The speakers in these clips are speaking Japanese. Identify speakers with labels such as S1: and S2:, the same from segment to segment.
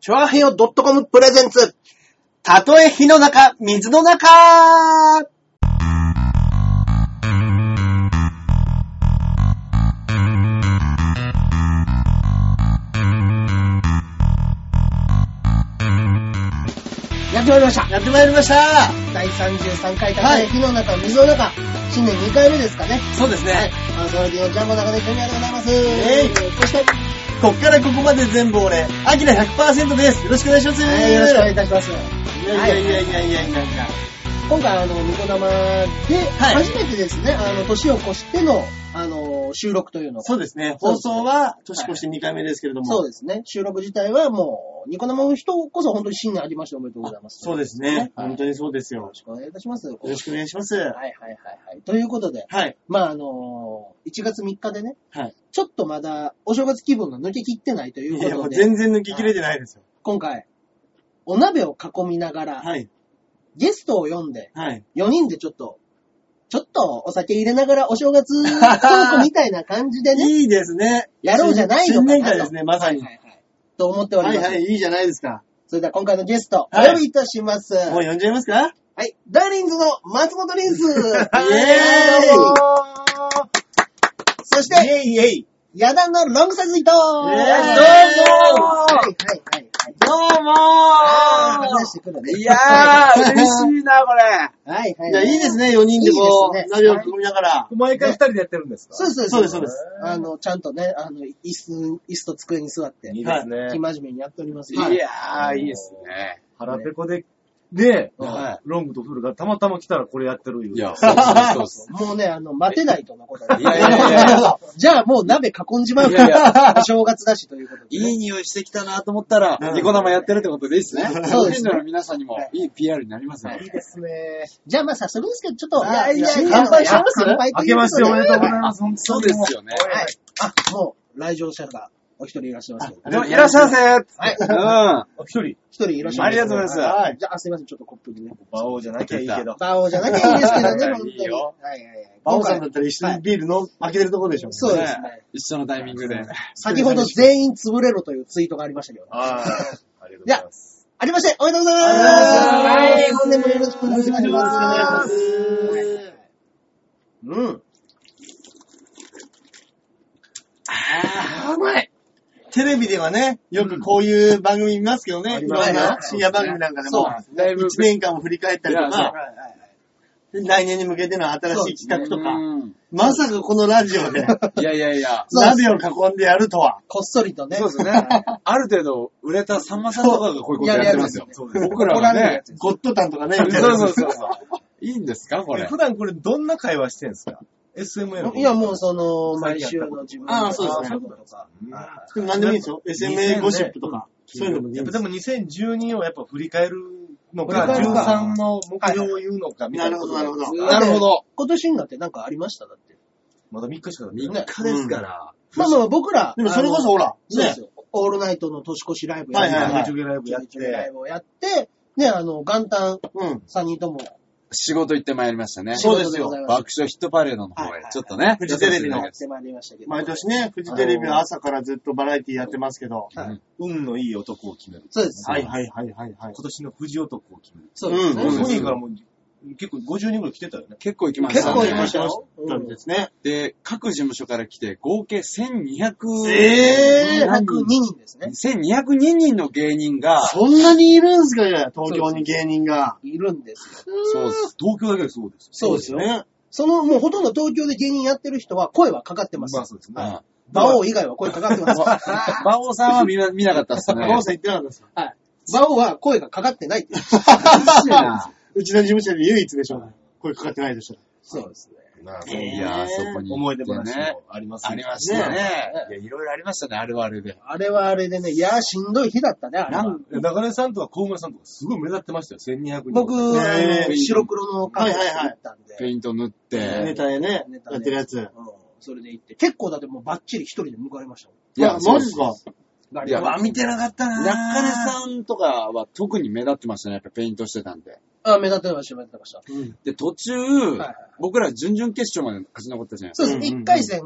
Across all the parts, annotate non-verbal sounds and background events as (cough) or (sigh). S1: チョアヘヨ .com プレゼンツ。たとえ火の中、水の中
S2: やってまいりました。
S1: やってまいりました
S2: 第33回高
S1: はい
S2: い火の中、水の中、新年2回目ですかね。
S1: そうですね、
S2: パーソナリティのジャンボ中根ジュニアでございます。
S1: えい
S2: そして、は
S1: こっからここまで全部俺、アキラ100%ですよろしくお願いします
S2: い、よろしくお願いいたします。
S1: いやいやいやいやいやいやいや
S2: 今回、あの、ニコ生で、
S1: はい
S2: 初めてですね、あの、年を越しての、あの、収録というのが。
S1: そうですね、放送は年越して2回目ですけれども。
S2: そうですね。収録自体はもう、ニコ生の人こそ本当に新年ありましておめでとうございます。
S1: そう
S2: よ
S1: ですね、
S2: はい
S1: 本当にそうですよ
S2: ろ。しくお願いいたします。よ
S1: よろしくお願いします。
S2: はいはいはいはい。ということで、
S1: はい。
S2: まあ、あの、1月3日でね、
S1: はい。
S2: ちょっとまだお正月気分が抜けきってないとい
S1: いうや、も
S2: こと
S1: う
S2: で、
S1: 全然抜き切れてないですよ。
S2: 今回、お鍋を囲みながら、
S1: はい。
S2: ゲストを呼んで、
S1: はい。
S2: 4人でちょっと、ちょっとお酒入れながらお正月トークみたいな感じでね、
S1: いいですね。
S2: やろうじゃないのかなと。
S1: 新年会ですね、まさに。
S2: は
S1: はい
S2: はいはい。と思っておりま
S1: い
S2: す。
S1: はい、いいじゃないですか。
S2: それでは今回のゲスト、お
S1: はい
S2: 呼びいたします。
S1: も
S2: は
S1: う
S2: い。
S1: 呼んじゃいますか
S2: ダーリンズの松本リンス。イェー
S1: ーイ
S2: そして、
S1: イェイイェイ
S2: ヤダンのロングサイズイトどう
S1: イ
S2: も
S1: ェーイ
S2: はいはいはいはい。
S3: どうも
S2: あー
S3: ー
S2: 話してくるね。
S3: いやー、嬉しいな、これ。
S2: はいはい。
S1: いや、いいですね、4人でこ
S2: いいですね
S1: う、鍋を囲みながら。
S3: 毎
S2: 回
S3: 回
S2: 二
S3: 二人でやってるんですか
S2: そうです、
S1: そうです、そうです。
S2: あの、ちゃんとね、あの、椅子、椅子と机に座って、
S3: いいですね。
S2: 生真面目にやっております。
S3: い、やー、いいですね。
S4: 腹ペコで、で、
S1: は
S4: ロングとフルがたまたま来たらこれやってるいう。
S5: いや、そうですね、そう
S1: (laughs)
S5: です
S2: もうね、あの、待てないとのことで
S5: いやいやいやいや
S2: じゃあもう鍋囲んじまう
S3: い
S2: か
S3: やい
S2: ら、正月だしということでね、
S3: いい匂いしてきたなと思ったら
S1: うん、
S3: ニコ生やってるってことでいいですね。
S2: そうですね
S3: 近所の皆さんにも
S2: はい、
S3: いい PR になりますね。
S4: ですね。
S2: じゃあまあ早速ですけど、ちょっと、
S1: はい
S2: じゃあ
S1: いや
S2: 乾杯します
S1: 乾
S2: 乾杯
S4: 明けましておめでとうござい
S2: す。
S4: ます。本当
S3: そう
S4: に
S3: で
S4: も
S3: すよね。
S2: はい。あ、もう、来場者がお一人いらっしゃいますけど。
S3: でもいらっしゃいませ
S2: はい。
S3: うん。
S4: う。一人、
S2: 一人いらっしゃいます。
S3: ありがとうございます
S2: じゃあ、すいません、ちょっとコップにね。
S4: 馬王じゃなきゃいいけど。
S2: バオじゃなきゃいいんですけどね、本当に。
S3: いいよ
S2: はいはいは
S1: (laughs)
S2: い。
S1: バオさんだったら一緒にビールの、開けてるところでしょうね。
S2: そうですね。
S3: ね一緒のタイミングで。
S2: 先ほど全員潰れろというツイートがありましたけど、ね、
S4: ああ、ありがとうございます。
S2: ありまして、おめでとうござい
S1: あ
S2: ます
S1: りがと
S2: 本年もよろしくお願いします。
S4: うん。
S3: あー、うまい。
S1: テレビではね、よくこういう番組見ますけど
S4: うん
S1: ね、い
S4: あ
S1: ろん
S2: りま
S1: な深
S3: すね
S1: 夜番組なんかで
S2: そう
S1: も
S2: なんで、
S3: だいぶ
S1: 1、年間を振り返ったりと
S3: いや
S1: か、来年に向けての新しい企画とか、まさかこのラジ
S3: (laughs)
S1: オで
S3: いやいやいや。
S2: そう
S1: 鍋を囲んでやるとは。
S2: こっそりとね。
S3: そうですね。ある程度、売れたさんまさんとかがこういうことやってますよ。
S4: そうです。
S3: 僕らはね。
S1: ゴッドタンとかね、
S3: そう
S1: みたいな
S3: そうそうそう。いいんですかこ
S4: え
S3: れ
S4: 普。段これどんな会話してんすか ?SMA の。
S2: いや、もうその、毎週の自分の
S1: ああそうですね
S2: そういうこととか。
S4: うん。
S1: でも何でもいいですよ。SMA ゴシップとか、そういうのもいい
S4: やっ
S1: で
S4: ぱ
S1: す
S4: で。も2012をやっぱ振り返るのか、
S2: 振り返る
S4: 13
S2: か
S4: の目標を言うのか、み
S1: な
S4: た
S1: い
S4: な
S1: るほ
S4: こと
S1: ど、
S4: で。
S1: なるほど。
S3: なるほど。
S2: 今年になってなんかありましただって。
S4: まだ3日しかだ
S3: 3
S2: ね
S3: 日ですから。
S2: まあまあ僕ら。
S1: でもそれこそ
S2: あの、
S1: ほら、
S2: そうで
S1: ね
S2: す、よ。オールナイトの年越しライブや
S1: は
S2: っ
S1: い
S2: て、
S1: はいはい
S4: ちょげちょげライブやっ
S2: ちょいちょいライ
S4: て、
S2: ブをやって、ね、あの、元旦
S1: うん。
S2: 3人とも
S3: 仕事行ってまいりましたね。
S2: 仕事でございます
S3: 爆笑ヒットパレードの方
S2: はい
S3: へ、ちょっとね。
S1: フジテレビの
S2: やってまいりましたけど。
S1: 毎年ね、フジテレビは朝からずっとバラエティやってますけど。
S4: 運のいい男を決める。
S2: そうです。
S1: はいはいはいはいはい
S4: 今。年の藤男を決める。
S2: そうです
S1: う
S2: ね。
S1: ん
S4: ソニーからもう結構50人ぐらい来てたよね。
S3: 結構行きました
S2: 結
S3: ね。
S2: 構いました
S1: ね
S2: よ。
S1: そうなんですね。
S3: で、各事務所から来て、合計1200、
S1: え
S2: 202人ですね。
S3: 1202人の芸人が、
S1: そんなにいるんすか東京に芸人が。
S2: いるんですよ。
S3: そうです。
S4: 東京だけでそうです。
S2: そうですよ
S1: ね。
S2: その、もうほとんど東京で芸人やってる人は声はかかってま。
S4: ますあそうですね。
S3: うん
S2: 馬王以外は声かかって (laughs) ます。
S3: 馬王さんは見な見なかったですね。
S1: 馬王さん言ってなかったですか
S2: 馬王は声がかかってない (laughs) っていう。
S3: おかしいな
S1: うちの事務所で唯一でしょ。声かかってないでしょ。
S2: そうですね。
S4: なあ
S1: え
S3: いやー、そこに。
S4: 思い出話
S3: ね。
S4: もあります
S3: ありましたね。
S1: ね
S3: いや、いろいろありましたね、あれはあれで。
S2: あれはあれでね、いやーしんどい日だったね、あれは。
S4: 中根さんとか小梅さんとかすごい目立ってましたよ。1200人。
S2: 僕、あ
S1: ね
S2: の白黒のカメラで行ったんで、
S3: ペイント塗っ
S1: ネ
S3: て。
S1: タでね
S2: ネ、タで
S1: やってるやつ。
S2: うんそれで行って、結構だってもうバッチリ一人で向かれましたもん。
S3: いや、
S1: マ
S3: マ
S1: ジ
S3: ジ
S1: か
S3: か。いや、見てなかったな中根さんとかは特に目立ってましたね、やっぱペイントしてたんで。
S2: あ、目立ってました、目立ってました。
S3: で、途中、
S2: はいはい
S3: 僕ら準々決勝まで勝ち残ったじゃないです
S2: そうです
S1: うん
S2: ね。
S1: うんうん
S2: 一回戦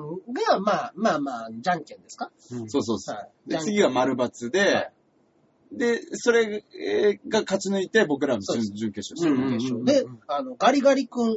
S2: が、まあまあまあ、じゃんけんですか
S3: か。そうそうそう。
S2: はい。
S3: で、
S2: じゃんけん
S3: 次が丸抜で、で、それえーが勝ち抜いて、僕らの準準決勝してる。
S6: うんうん
S2: 決勝で、あの、ガリガリ君、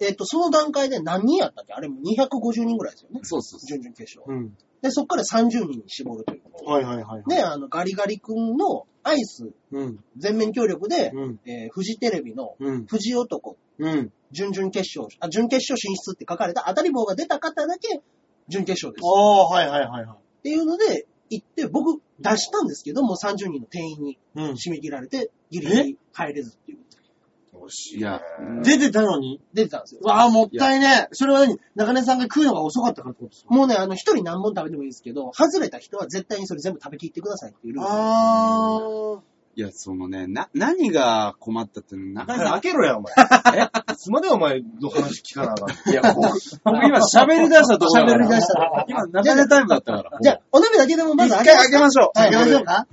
S2: えっと、その段階で何人やったっけあれも250人ぐらいですよね。
S3: そうそうそ
S2: 準々決勝。
S6: うん。
S2: で、そっから30人に絞るということ。
S6: はいはいはい。
S2: で、あの、ガリガリ君のアイス
S6: うん。
S2: 全面協力で、
S6: うん。
S2: えーフジテレビの
S6: うん。
S2: フジ男、
S6: うん。
S2: 準々決勝、あ、準決勝進出って書かれた当たり棒が出た方だけ、準決勝です。
S6: ああー、はいはいはいは
S2: っ
S6: い。
S2: ていうので、行って、僕、出したんですけど、もう30人の定員に
S6: うん。
S2: 締め切られて、ギリギリ入れずっていう。
S3: う。惜しい。いや、
S6: 出てたのに
S2: 出てたんですよ。
S6: わあ、もったいねえ。それは何中根さんが食うのが遅かったからってことですか
S2: もうね、あの、一人何本食べてもいいですけど、外れた人は絶対にそれ全部食べきってくださいっていうルール。
S6: あ
S3: いや、そのね、な、何が困ったっていうのは、なか (laughs) なか
S4: 開けろや、お前。えいつまでお前の話聞かなあかんの
S3: いや、僕、僕今喋り出したところ
S2: 喋
S3: だから
S2: り出したら。
S3: 今、中根タイムだったから。
S2: じゃあ、お鍋だけでもまず開け
S3: 一
S2: ま
S3: 回開
S2: す
S3: け
S2: か
S3: ましょう。
S2: はい行きましょうか。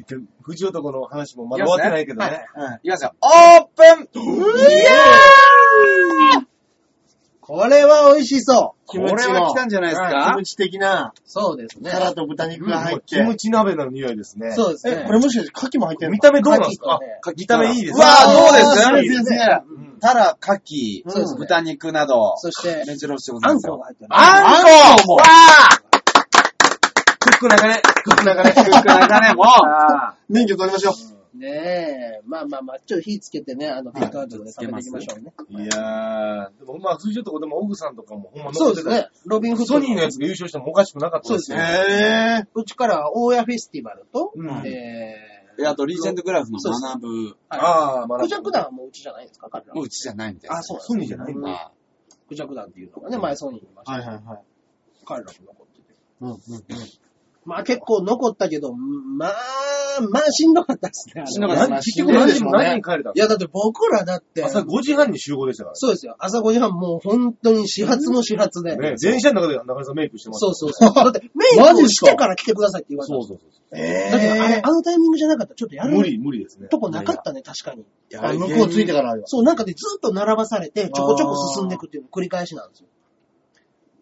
S4: 藤男の話もまだ終わってないけどね。
S3: いきますよ。オープン
S2: これは美味しそう。
S6: 気持ち
S3: これは来たんじゃないです
S6: あ。
S3: か
S6: キムチ的な、
S2: そうですね
S6: タ。ラと豚肉が入って。
S4: キムチ鍋の匂いですね。
S2: そうですね。
S6: え、これもしかして牡蠣も入ってる
S4: 見た目どうなんですか
S2: 牡蠣とね
S4: あ見た目いいです
S3: うわ
S2: あどうです
S3: か
S6: いいですね。
S4: うん
S3: タラ、カキ、
S2: そうですね
S3: 豚肉など、
S2: そして
S3: 目白押しでござ
S2: あ
S3: いま
S2: ん
S3: す
S2: こ
S3: よ
S2: が。入ってる。
S3: あんこ
S6: あんこも
S3: わあ
S4: クック中根、クック中根。
S3: 僕の中ね、も
S6: 免許取りましょう。
S2: ねえ、まあまあまあ、ちょっと火つけてね、あの、ピックアウトで食べていきましょうね。
S4: いやー、でもまあ、藤男でもオグさんとかもほんま
S2: そ
S4: 残
S2: う
S4: っ
S2: で
S4: て
S2: す
S4: た。
S2: ね。ロビンフッ
S4: ソ
S2: ト。
S4: ニーのやつが優勝してもおかしくなかったですよ。
S6: へえ。
S2: うちから、大谷フェスティバルと、
S4: うん
S2: え
S3: う、
S2: ー、
S3: であと、リージェントグラフの
S2: そうです
S3: 学ぶ、
S4: ああ、まだ。
S2: クジャク団はもううちじゃないですか、彼ら
S3: もう。うちじゃないみたいな。
S2: あ、そう
S4: ソニーじゃないんだ
S3: まあ
S2: クジャク団っていうのがね、前ソニーにいました。
S6: はいはいはい。
S2: 彼らも残ってて。
S6: うんうん
S2: まあ結構残ったけど、まあ、まあしんどかったですね。あれは
S3: しん
S4: 何結局
S3: どかった
S4: 何時も何時に帰れたの
S2: (laughs) いや、だって僕らだって、
S4: 朝5時半に集合でしたか
S2: そうですよ。朝5時半もう本当に始発も始発で。
S4: ら。ね、電車の中で中根さんメイクしてます。
S2: そうそう (laughs) そう。だって、メイクをしてから来てくださいって言われたん
S4: そ
S2: で
S4: う
S2: すよ。
S4: そうそうそ
S2: だけど、あれ、
S6: え
S2: あのタイミングじゃなかったらちょっとや
S4: う。
S2: る
S4: 無理、無理ですね。
S2: とこなかったね、確かに。
S6: え。あ向こうついてからあるよ。
S2: そう、なんかでずっと並ばされて、ちょこちょこ進んでいくっていうの繰り返しなんですよ。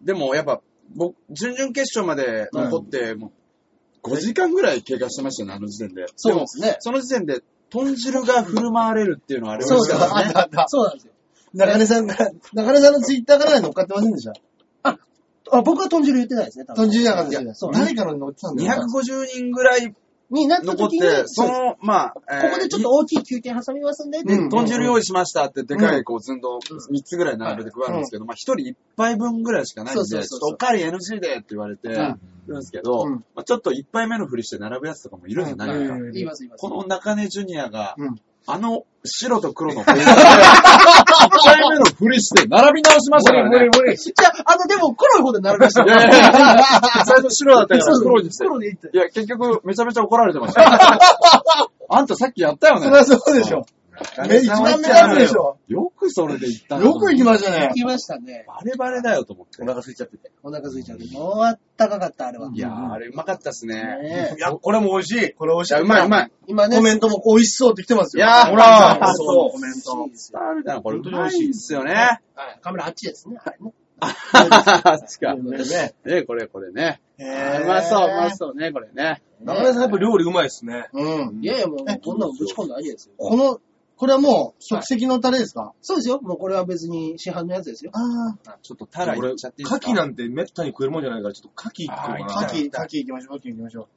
S3: でも、やっぱ、僕、準々決勝まで残って、もう、5時間ぐらい経過してましたね、あの時点で。
S2: そうですね
S3: もその時点で、豚汁が振る舞われるっていうのはあれ
S2: そうです
S3: 美味しかった
S6: あったあった。
S2: そうなんですよ。
S6: 中根さんが、中根さんのツイッターから乗っかってませんでした
S2: あ、僕は豚汁言ってないですね、多分
S6: 豚汁じゃなかった
S2: いや
S6: です
S2: そう
S6: よ。誰かのに乗ってたんだよ。
S3: 250人ぐらい
S2: になった
S3: 残っ
S2: 時に、
S3: て、
S2: そ
S3: そうの、まあ、えー
S2: ここでちょっと大きい休憩挟みますんで、って
S6: うん
S3: 豚汁用意しましたって、でかい、こう、ずんど3つぐらい並べて配るんですけど、まあ、1人1杯分ぐらいしかないんで、ち
S2: そ
S3: ょ
S2: う
S3: っ
S2: そうそう
S3: とおかわり NG でって言われて、るんですけど、
S6: うん
S3: まあ、ちょっと1杯目のふりして並ぶやつとかもいるじゃないですか。
S2: 言います、言います。
S3: この中根ジュニアが、
S6: うん
S3: あの白と黒のページで、1回目のふりして並び直しましたからね。
S4: (laughs) 無理。
S2: じゃあ、あの、でも黒い方で並びました
S3: いやいやいや、最初白だったから黒にして。
S2: 黒でいいって。
S3: いや、結局、めちゃめちゃ怒られてました。あんたさっきやったよね。
S6: そりゃそうでしょ。
S3: め
S6: め
S3: ち
S6: 一
S3: ゃめ
S6: 番
S3: ち
S6: 目
S3: ゃ
S6: 立つでしょ。
S3: よくそれで行ったな
S6: よく行きましたね。
S2: 言いましたね。
S3: バレバレだよと思って。
S4: お腹空いちゃってて。
S2: お腹空いちゃう。もうあったかかった、あれは。
S3: いやー、あれうまかったっすね。
S2: ねえ
S4: いや、これも美味しい。これ美味
S3: いや、うまいうまい。
S2: 今ね、
S6: コメントも美味しそうって来てますよ。
S3: いやー
S4: ほら
S6: そう
S4: そう
S6: コメン
S2: そう
S6: ト
S2: で。すよ
S3: あるからこれう
S4: 本当に美
S3: ま
S4: 味しい
S3: いっすよね。
S2: はいカメラあっちですね。はいね。
S3: あっちか。
S6: ね
S3: ね、これこれね。
S6: へ
S3: あ
S6: ー
S3: うまそう、うまそうね、これね。
S4: 中根さんやっぱ料理うまいですね。
S6: うん
S2: い。やいや、もう
S6: え、
S2: こんなのぶち込んだらいいですよ。
S6: この、これはもう、即席のタレですか
S2: そうですよ。もうこれは別に市販のやつですよ。
S6: あ
S3: ちょっとタラいっちゃっていいです
S4: 牡
S3: か
S4: 蠣なんて滅多に食えるもんじゃないから、ちょっと牡蠣行ってみよう
S6: あ。
S4: かな。
S6: 牡蠣、牡蠣行きましょう、牡蠣行きましょ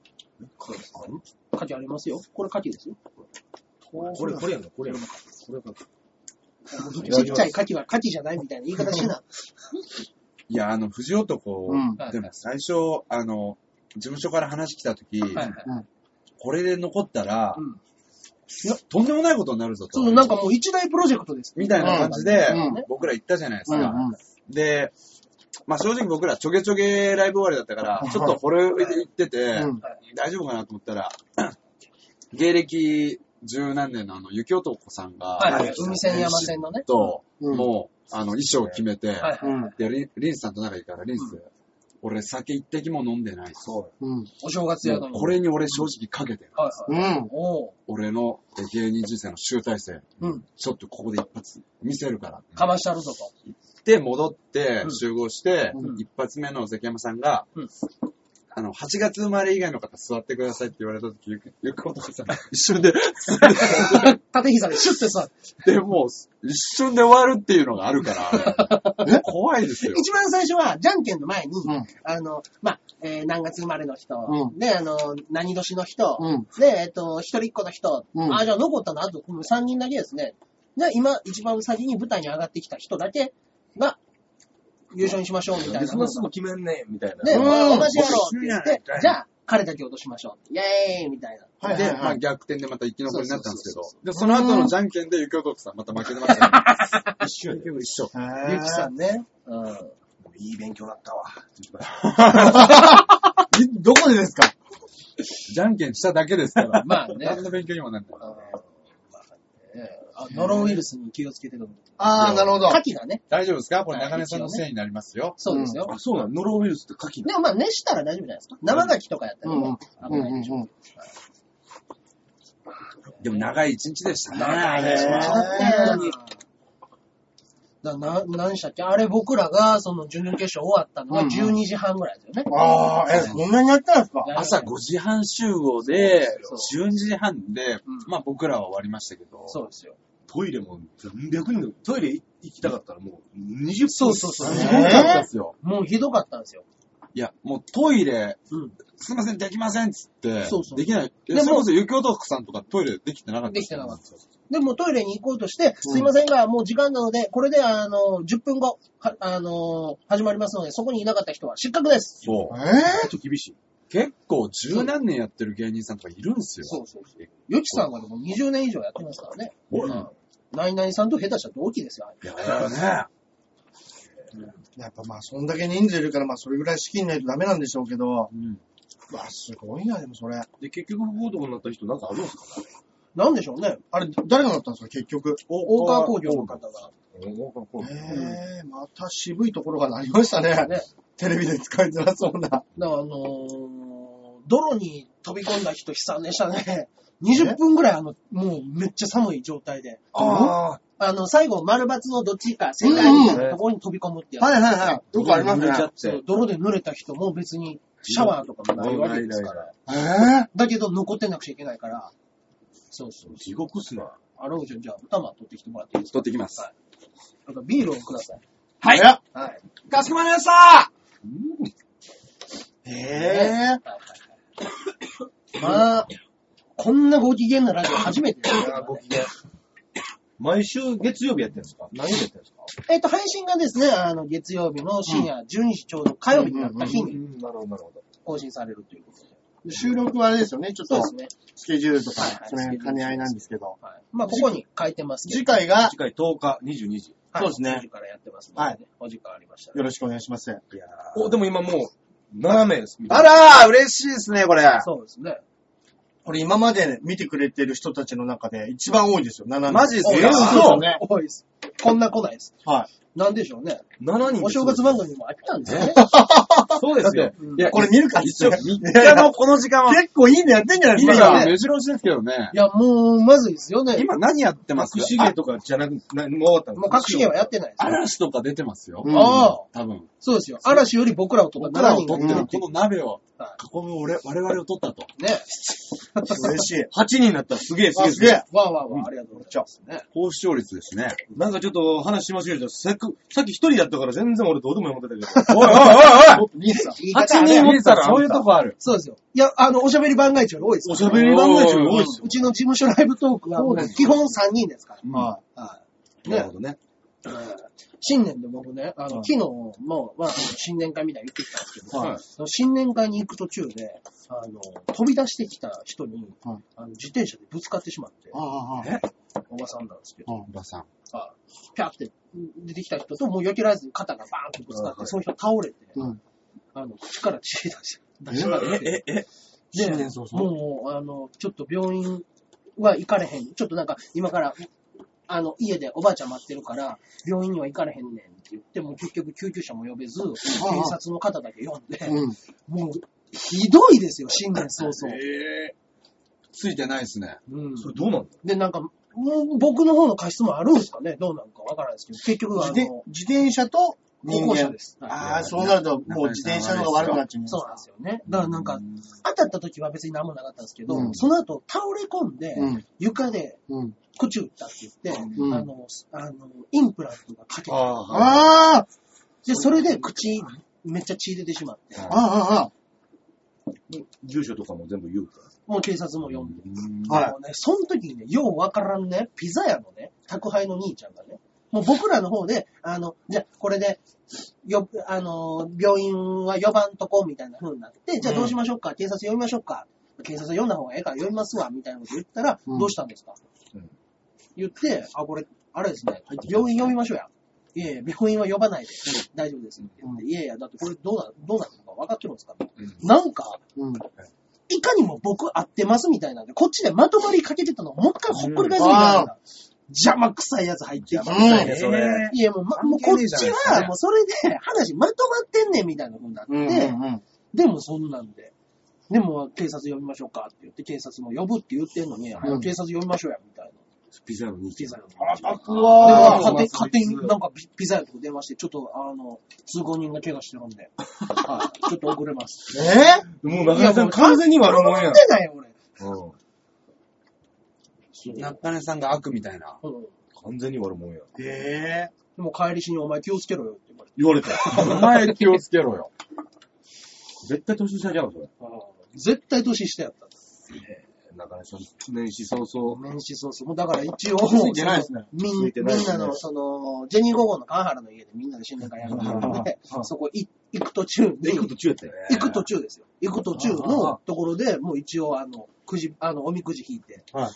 S2: 牡蠣ありますよ。これ牡蠣ですよ。
S4: これ、これやんか、これやんか。これやんか。
S2: ちっちゃい牡蠣は牡蠣じゃないみたいな言い方しな。
S3: いや、あの、藤男、
S6: うん
S3: でも最初、あの、事務所から話来たとき、
S6: うん
S3: これで残ったら、
S2: うん
S3: いやとんでもないことになるぞと。
S2: そのなんかもう一大プロジェクトです。
S3: みたいな感じで、
S6: うんうん
S3: 僕ら行ったじゃないです
S6: う。
S3: か。
S6: うんうん
S3: で、まあ正直僕らちょげちょげライブ終わりだったから、ちょっとこれで行ってて、
S6: うん
S3: 大丈夫かなと思ったら、 (clears throat) 芸歴十何年のあの、雪男さんが、
S2: はいはい。海線山線のね。
S3: と、
S6: うん
S3: もう、あの、衣装決めて、
S2: はいはい。
S6: うん
S3: でリン、リンスさんと仲いいから、リンス、俺酒一滴も飲んでない。そ
S6: うん。
S2: お正月やのに。
S3: これに俺正直かけてる。
S2: はいはい。
S6: うん。
S2: おう
S3: 俺の芸人人生の集大成、
S2: うん
S3: ちょっとここで一発見せるから。
S2: かましてあるぞ
S6: (laughs)
S2: と。 (laughs)
S3: で、戻って
S2: う、ん
S3: 集合して
S2: う、ん
S3: 一発目の関山さんが
S2: うん、
S3: あの、8月生まれ以外の方座ってくださいって言われた時、よく、よく男さん、一瞬で、
S2: 縦膝でシュッて座る。
S3: で、もう、一瞬で終わるっていうのがあるからあれ、怖いですよ。
S2: 一番最初は、じゃんけんの前に、
S6: うん
S2: あの、まあ、えー何月生まれの人、
S6: う
S2: で、あの、何年の人、
S6: うん。
S2: で、えっ、と、一人っ子の人、
S6: うん
S2: あ、じゃあ残ったのあと、この三人だけですね。で、今、一番先に舞台に上がってきた人だけが、優勝にしましょう、みたい
S4: で
S2: な。
S4: そんなすぐ決めんねん、みたいな。
S2: で、
S6: うん
S2: お前しやろうって言っ
S3: 僕一緒じゃない
S2: て
S3: か、い
S2: じゃあ、彼だけ落としましょう。イェーイみたいな。
S6: はいはい
S3: で、ま
S6: は
S3: あ
S6: い。
S3: 逆転でまた生き残りになったんですけど
S2: そうそ、
S3: で、その後のじゃんけんでゆきおとくさんまた負けてましたね。
S4: 一緒やで。
S3: 結局一緒。
S2: ゆきさんね。うん。
S4: いい勉強だったわ。
S3: どこでですかじゃんけんしただけですから。
S2: まあね
S3: 何の勉強にもなんない。
S2: あのまあねあノロウイルスに気をつけてください。
S6: ああ、なるほど。
S2: 牡蠣がね。
S3: 大丈夫ですかこれ
S2: はい
S3: 中根さんのせいになりますよ。
S2: そうですよ。
S4: あ、そうなのノロウイルスって牡蠣だ。
S2: でもまあ、熱したら大丈夫じゃないですか。生牡蠣とかやった
S6: う
S2: ら
S6: んう
S2: ね
S6: ん。う
S2: 危
S6: ん
S2: ないでしょ。
S6: うん。
S3: でも長い一日でしたね。
S6: い一日
S2: ちょっとやるだな、何でしたっけあれ僕らが、その、準々決勝終わったのが
S6: うんうん
S2: 12時半ぐらいですよね。
S6: ああ、え、そんなにやったんですか
S2: やる
S3: 朝5時半集合で、
S2: そ
S3: 12時半で
S2: うん、
S3: まあ僕らは終わりましたけど、
S2: そうですよ。
S4: トイレも何百人で、トイレ行きたかったらもう20分。
S2: そうそうそう
S3: すごかったですよ。
S2: もうひどかったんですよ。
S3: いや、もうトイレ、
S2: うん
S3: すいません、できませんっつって、
S2: そうそう
S3: できない。
S2: でも
S3: でも、ゆきおとくさんとかトイレできてなかった
S2: できてなかった。で、もうトイレに行こうとして、すいませんが、もう時間なので、これで、あの、10分後、はあの、始まりますので、そこにいなかった人は失格です。
S3: そう。
S6: え
S4: ちょっと厳しい。
S3: 結構十何年やってる芸人さんとかいるんですよ。
S2: そうそうそう。ゆきさんがでも20年以上やってますからね。
S3: うん
S2: ナイナイさんと下手したら同期ですよ。
S3: いや、だからね。
S6: やっぱまあ、そんだけ人数いるから、まあ、それぐらい資金ないとダメなんでしょうけど。
S3: うん
S6: うわ、すごいな、でもそれ。
S4: で、結局、不合とになった人なんかあるんですか
S2: なんでしょうね。
S6: あれ、誰がなったんですか、結局。
S2: 大川工業の方が。
S6: ええ、また渋いところがなりましたね。
S2: ね
S6: テレビで使いづらそう
S2: だ
S6: な。
S2: からあのー泥に飛び込んだ人悲惨でしたね。20分ぐらいあの、もうめっちゃ寒い状態で。
S4: ああ、
S2: あの、最後、丸抜のどっちか、正解みたいなところに飛び込むってやつ。
S6: はいはいはい。よくありますね
S3: 濡れちゃっ
S2: そ
S3: て
S2: う。泥で濡れた人も別にシャワーとかもないわけですから。
S6: ええ。
S2: だけど残ってなくちゃいけないから。そうそう。
S4: 地獄っすな。
S2: あろうじゃん、じゃあ、歌も取ってきてもらっていいですか
S3: 取ってきます。
S2: なんかビールをください。
S6: はい。え
S2: はい。
S3: かしこまりました
S6: え。
S2: まあ、こんなご機嫌なラジオ初めて
S6: (laughs)
S2: です
S4: いやーご機嫌。毎週月曜日やってるんですか何曜日やってるんですか
S2: えっと、配信がですね、あの、月曜日の深夜12時ちょうど火曜日になった日に
S4: ん、なるほど、なるほど。
S2: 更新されるということで。
S6: 収録はあれですよね、ちょっ
S2: そう
S6: と
S2: ですね。
S6: スケジュールとか
S2: はいはい、
S6: その辺兼ね合いなんですけど。
S2: はい。まあ、ここに書いてますけ
S6: 次
S2: ど。
S6: 回が
S4: 次回10日22時。
S2: はい
S6: そうですね
S2: 5時からやってますので、ね。
S6: はい
S2: お時間ありましたら
S6: よろしくお願いします。
S4: いやお、でも今もう7名です。
S3: あらー嬉しいですね、これ。
S2: そうですね。
S6: これ今まで見てくれてる人たちの中で一番多いですよ、7人。
S3: マジです
S6: か
S3: か
S6: そうですよね。
S2: 多いです。こんな来ないです。
S6: は
S2: なんでしょうね。
S4: 7人
S2: お正月番組にもあったんですよ
S6: (laughs)
S2: ね。
S4: そうですよ。
S2: うん
S3: いや、
S6: これ見るか
S3: 一応、3日のこの時間は、
S6: 結構いいのやってんじゃない
S3: 今
S6: です
S3: は
S6: か、
S3: 目白押しですけどね
S2: い。や、もう、まずいですよね。
S3: 今何やってます
S4: 隠し芸とかじゃなく、なもう終わったの
S2: もう隠し芸はやってないです
S3: あ。嵐とか出てますよ。
S6: うん
S2: ああ、
S3: 多分。
S2: そうですよ。嵐より僕らを取った
S3: 僕らを取って
S6: う
S3: る
S6: ん
S3: この鍋を
S2: は
S3: 囲む俺、我々を取ったと。
S2: ね。
S6: 嬉しい。
S4: 8人になったらすげえすげえ
S6: あすげえ。
S2: わーわーわー、ありがとうございます。ね。
S3: 高視聴率ですね。
S4: なんかちょっと話しましょうよ。さっき、さっき一人やったから全然俺どうでもよかったけど。
S3: おいおいおいおい
S2: 兄さん。
S4: 8人おったら
S3: そういうとこある。
S2: そうですよ。いや、あの、おしゃべり番外地より多いですから。
S4: おしゃべり番外地より多いっすよ
S2: うちの事務所ライブトークは、基本3人ですから。
S6: は
S2: はい。
S3: なる
S2: ね
S3: ほ。どね。
S2: 新年で僕ね、あの、昨日も、まあ、あの新年会みたいに行ってきたんですけど、
S6: はい
S2: その新年会に行く途中で、あの、飛び出してきた人に、
S6: はい
S2: あの自転車でぶつかってしまって
S6: い。、ああ、
S3: え
S2: おばさんなんですけど、
S3: おばさん。
S2: あピャって出てきた人と、もう避けられずに肩がバーンとぶつかっ
S4: あは
S2: て、
S4: い
S2: その人倒れて、
S6: うん
S2: あの、口から血出し出し
S6: え
S2: まって、
S4: え、え、え、
S2: で
S6: 新年早々
S2: もう、あの、ちょっと病院は行かれへん。ちょっとなんか、今から、あの、家でおばあちゃん待ってるから、病院には行かれへんねんって言って、もう結局救急車も呼べず、警察の方だけ呼んで、
S6: うん。
S2: もう、ひどいですよ、新年早々。
S4: え
S3: ついてないですね。
S2: うん
S4: ー、それどうなんだ
S2: で、なんか、もう僕の方の過失もあるんですかねどうなのかわからないですけど、結局はあ
S6: 自転
S2: の、
S6: 自転車と
S2: 歩行者です。はい
S6: ああ、そうなると、もう自転車の方が悪くなっちゃいます
S2: そう。なんですよね。だからなんか、当たった時は別に何もなかったんですけど、
S6: うん
S2: その後倒れ込んで、
S6: うん
S2: 床で
S6: うん。
S2: 口打ったって言って、
S6: うん
S2: あの、あの、インプラントがかけた。
S4: ああ、
S6: ああ
S2: で、それで口、めっちゃ血出てしまって、
S6: ああ
S4: 住所とかも全部言うか
S2: もう警察も呼んで。
S6: ああはい
S2: もうね、その時にね、ようわからんね、ピザ屋のね、宅配の兄ちゃんがね、もう僕らの方で、あの、じゃあこれで、よ、あの、病院は呼ばんとこ、みたいな風になって、じゃあどうしましょうか、警察呼びましょうか、警察呼んだ方がええから呼びますわ、みたいなこと言ったら、
S6: うん
S2: どうしたんですか、言って、あ、これ、あれですね、病院呼びましょうや。いやいや、病院は呼ばないで、大丈夫ですって言って、いやいや、だってこれどうな、どうなるのか分かってるんですか、なんか、
S6: うん。
S2: いかにも僕合ってますみたいなんで、こっちでまとまりかけてたのをもう一回ほっくり返すみたいな。邪魔くさいやつ入ってきて。
S6: 邪魔くさい
S3: ねそれ
S2: いや、もう、ま、もうこっちは、もうそれで話まとまってんねんみたいな風になって、
S6: うん。うん。
S2: でもそんなんで。でも、警察呼びましょうかって言って、警察も呼ぶって言ってんのに、
S6: ん
S2: 警察呼びましょうや、みたいな。
S4: ピザの兄
S2: ピザ屋の。
S4: あく
S2: で
S6: わあ
S2: 勝手に、勝手になんかピピザ屋とか電話して、ちょっと、あの、通行人が怪我してるんで、はい、ちょっと遅れ (laughs) ます。
S6: え
S4: もう中井さん完全に悪者や
S2: なんん。でだよ、俺。
S3: 中根さんが悪みたいな。
S2: うん
S4: 完全に悪者や。
S6: ええ
S2: でも帰りしにお前気をつけろよって言われて。
S4: 言われた。
S3: お前気をつけろよ。
S4: 絶対年下じゃん、それ。
S2: 絶対年下やった。
S4: 中根さん、年始早々。
S2: 年始そうそう。もうだから一応、
S6: 気づいてないですね
S2: みん
S4: 気づいてない
S2: み
S4: で
S2: ん
S4: すね
S2: なの、その、ジェニー・ゴゴの川原の家でみんなで新年会やるので、そこい行く途中に
S4: 行く途中やったよね。
S2: 行く途中ですよ。行く途中のところで、もう一応、あの、くじ、あの、おみくじ引いて。
S6: は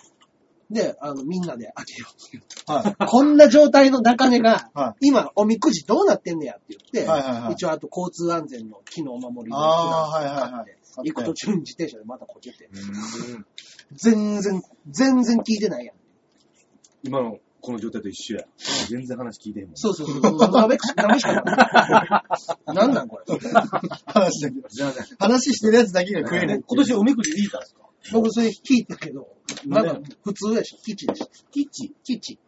S2: で、あの、みんなで開けようって言って。
S6: (laughs) は
S2: こんな状態の中根が、
S6: は
S2: 今、おみくじどうなってんねやって言って、
S6: はいはいはい
S2: 一応、あと交通安全の機能お守りの
S6: あーはいはい
S2: 買っ
S6: はい
S2: て行く途中に自転車でまたこけて、
S4: うん
S2: 全然、全然聞いてないやん。
S4: 今のこの状態と一緒や。全然話聞いてへんもん。
S2: そうそうそう。 (laughs) ダメか、ダメしかない。 (laughs) なんなんこれ。
S6: 話だけ
S4: じゃあね。
S6: 話してるやつだけが食えない。
S4: 今年おみくじ引いたんですか
S2: 僕それ聞いたけど、なんか普通やし、基地でした。基地基地。
S3: い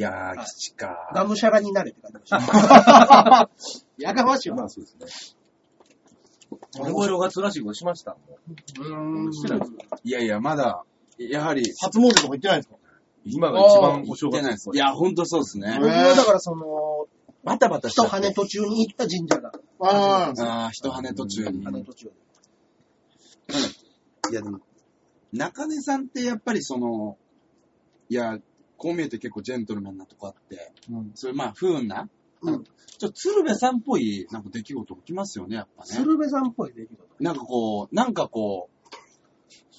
S3: やー、基地か。
S2: がむしゃらになれって書いてました。やかましいわ。
S4: まあそうですね。俺も正月らしいことしました。もう
S2: うん。
S4: してないです
S3: いやいや、まだ、やはり、
S6: 初詣とか行ってないんですか
S4: 今が一番お
S3: 行
S4: 正
S3: って
S4: 月
S3: ないです。いや、ほんとそうですね
S2: 僕。はだからその、
S3: バタバタしち
S2: 人
S3: ゃって
S2: 跳ね途中に行った神社が、
S6: あ
S3: ああ、人跳ね途中に
S2: 跳。ね途中で。
S3: いや、でも、中根さんってやっぱりその、いや、こう見えて結構ジェントルマンなとこあって、
S6: うん
S3: そういうまあ不運な、
S2: うん
S3: ちょっと鶴瓶さんっぽいなんか出来事起きますよね、やっぱね。
S2: 鶴瓶さんっぽい出来事。
S3: なんかこう、なんかこ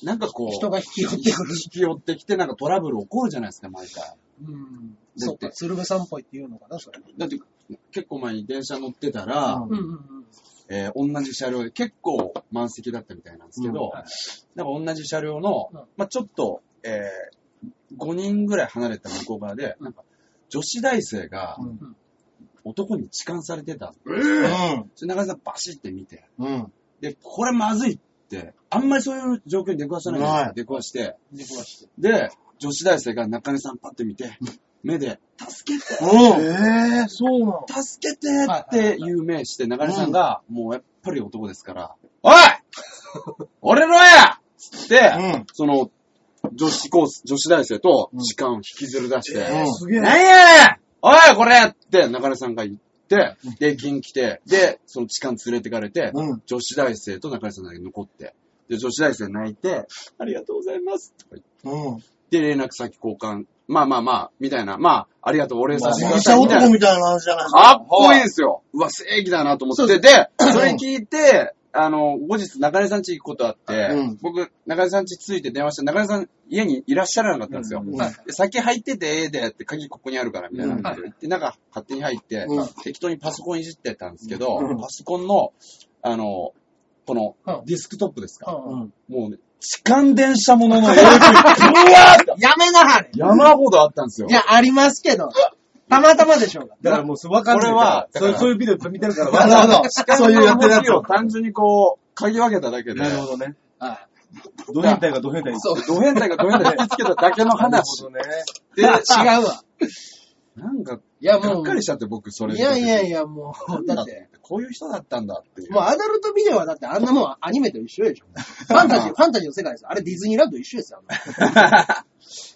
S3: う、なんかこう、
S2: 人が引き寄ってくる。
S3: 引き寄ってきてなんかトラブル起こるじゃないですか、毎回。
S2: うん。そうか、鶴瓶さんっぽいっていうのかな、それ。
S3: だって、結構前に電車乗ってたら、
S6: うん
S2: うんうんうん。
S3: えー同じ車両で結構満席だったみたいなんですけど、
S6: うん
S2: はい
S3: なんか同じ車両の、
S2: うん
S3: まあちょっと、え5人ぐらい離れた向こう側で、なんか女子大生が
S6: うん
S3: 男に痴漢されてた。
S6: あ。
S3: それ中井さんバシって見て、
S6: うん。うん。
S3: で、これまずいって、あんまりそういう状況に出くわさないじゃないですか
S6: ない
S3: 出くわして、
S2: 出くわして。
S3: で、女子大生が中根さんパッて見て、目で、助けて
S6: ええそうなの
S3: 助けてっていう名して、中根さんが、もうやっぱり男ですから、おい (laughs) 俺のやつって、
S6: うん
S3: その、女子コース、女子大生と時間を引きずる出して、
S6: えーすげえ
S3: 何やねんおいこれって中根さんが言って、で、銀来て、で、その痴漢連れてかれて、
S6: うん
S3: 女子大生と中根さんだけ残って、で、女子大生泣いて、ありがとうございますとか言って
S6: うん。
S3: で、連絡先交換、まあまあまあ、みたいな、まあ、ありがとう、お礼させてくだ
S6: 自
S3: さ
S6: 社
S3: いみたいな
S6: 男。みたいな話じゃないですか。
S3: かっこいいんですよ。うわ、正義だなと思って。で、それ聞いて、あの、後日中根さん家行くことあって、
S6: うん
S3: 僕、中根さん家着いて電話して、中根さん家にいらっしゃらなかったんですよ。
S6: うん
S2: はい
S3: で先入っててええでって鍵ここにあるからみたいなこと言って、中勝手に入って、
S6: うん
S3: 適当にパソコンいじってたんですけど、
S6: うん
S3: パソコンの、あの、この
S2: うん
S3: ディスクトップですか、
S2: うん
S6: うん。
S3: もうね、痴漢電車ものの AV、う
S2: や
S3: わー
S2: めなはれ
S3: 山ほどあったんですよ
S2: い。や、ありますけど、たまたまでしょ (laughs) うが。
S4: だからもうす、わかんない。
S3: これは
S4: そうそういうビデオいっぱい見てるから、
S6: なる
S4: (laughs)
S6: ほど。そういうやってるや
S3: 痴漢の
S6: つ
S3: 動きを単純にこう、嗅ぎ分けただけで。
S4: なるほどね。
S2: はい
S4: ド変態がド変態に。
S3: そう、ド変態がド変態を引きつけただけの
S4: なる
S3: 話
S4: ほどね。
S3: で、違
S2: 違
S3: う。
S2: うわ。
S3: なんか、
S2: いや、
S3: が
S2: も
S3: っ
S2: う、
S3: かりしちゃって、僕、それ
S2: いやいやい
S3: や、
S2: や、も
S3: な
S2: う、
S3: ん
S2: だ
S3: だ
S2: っ、
S3: ってて、こういう人だったんだっていう。
S2: もうアダルトビデオはだってあんなもんはアニメと一緒 (laughs) でしょ。ファンタジー、ファンタジーの世界です。あれディズニーランドと一緒ですよ。あんな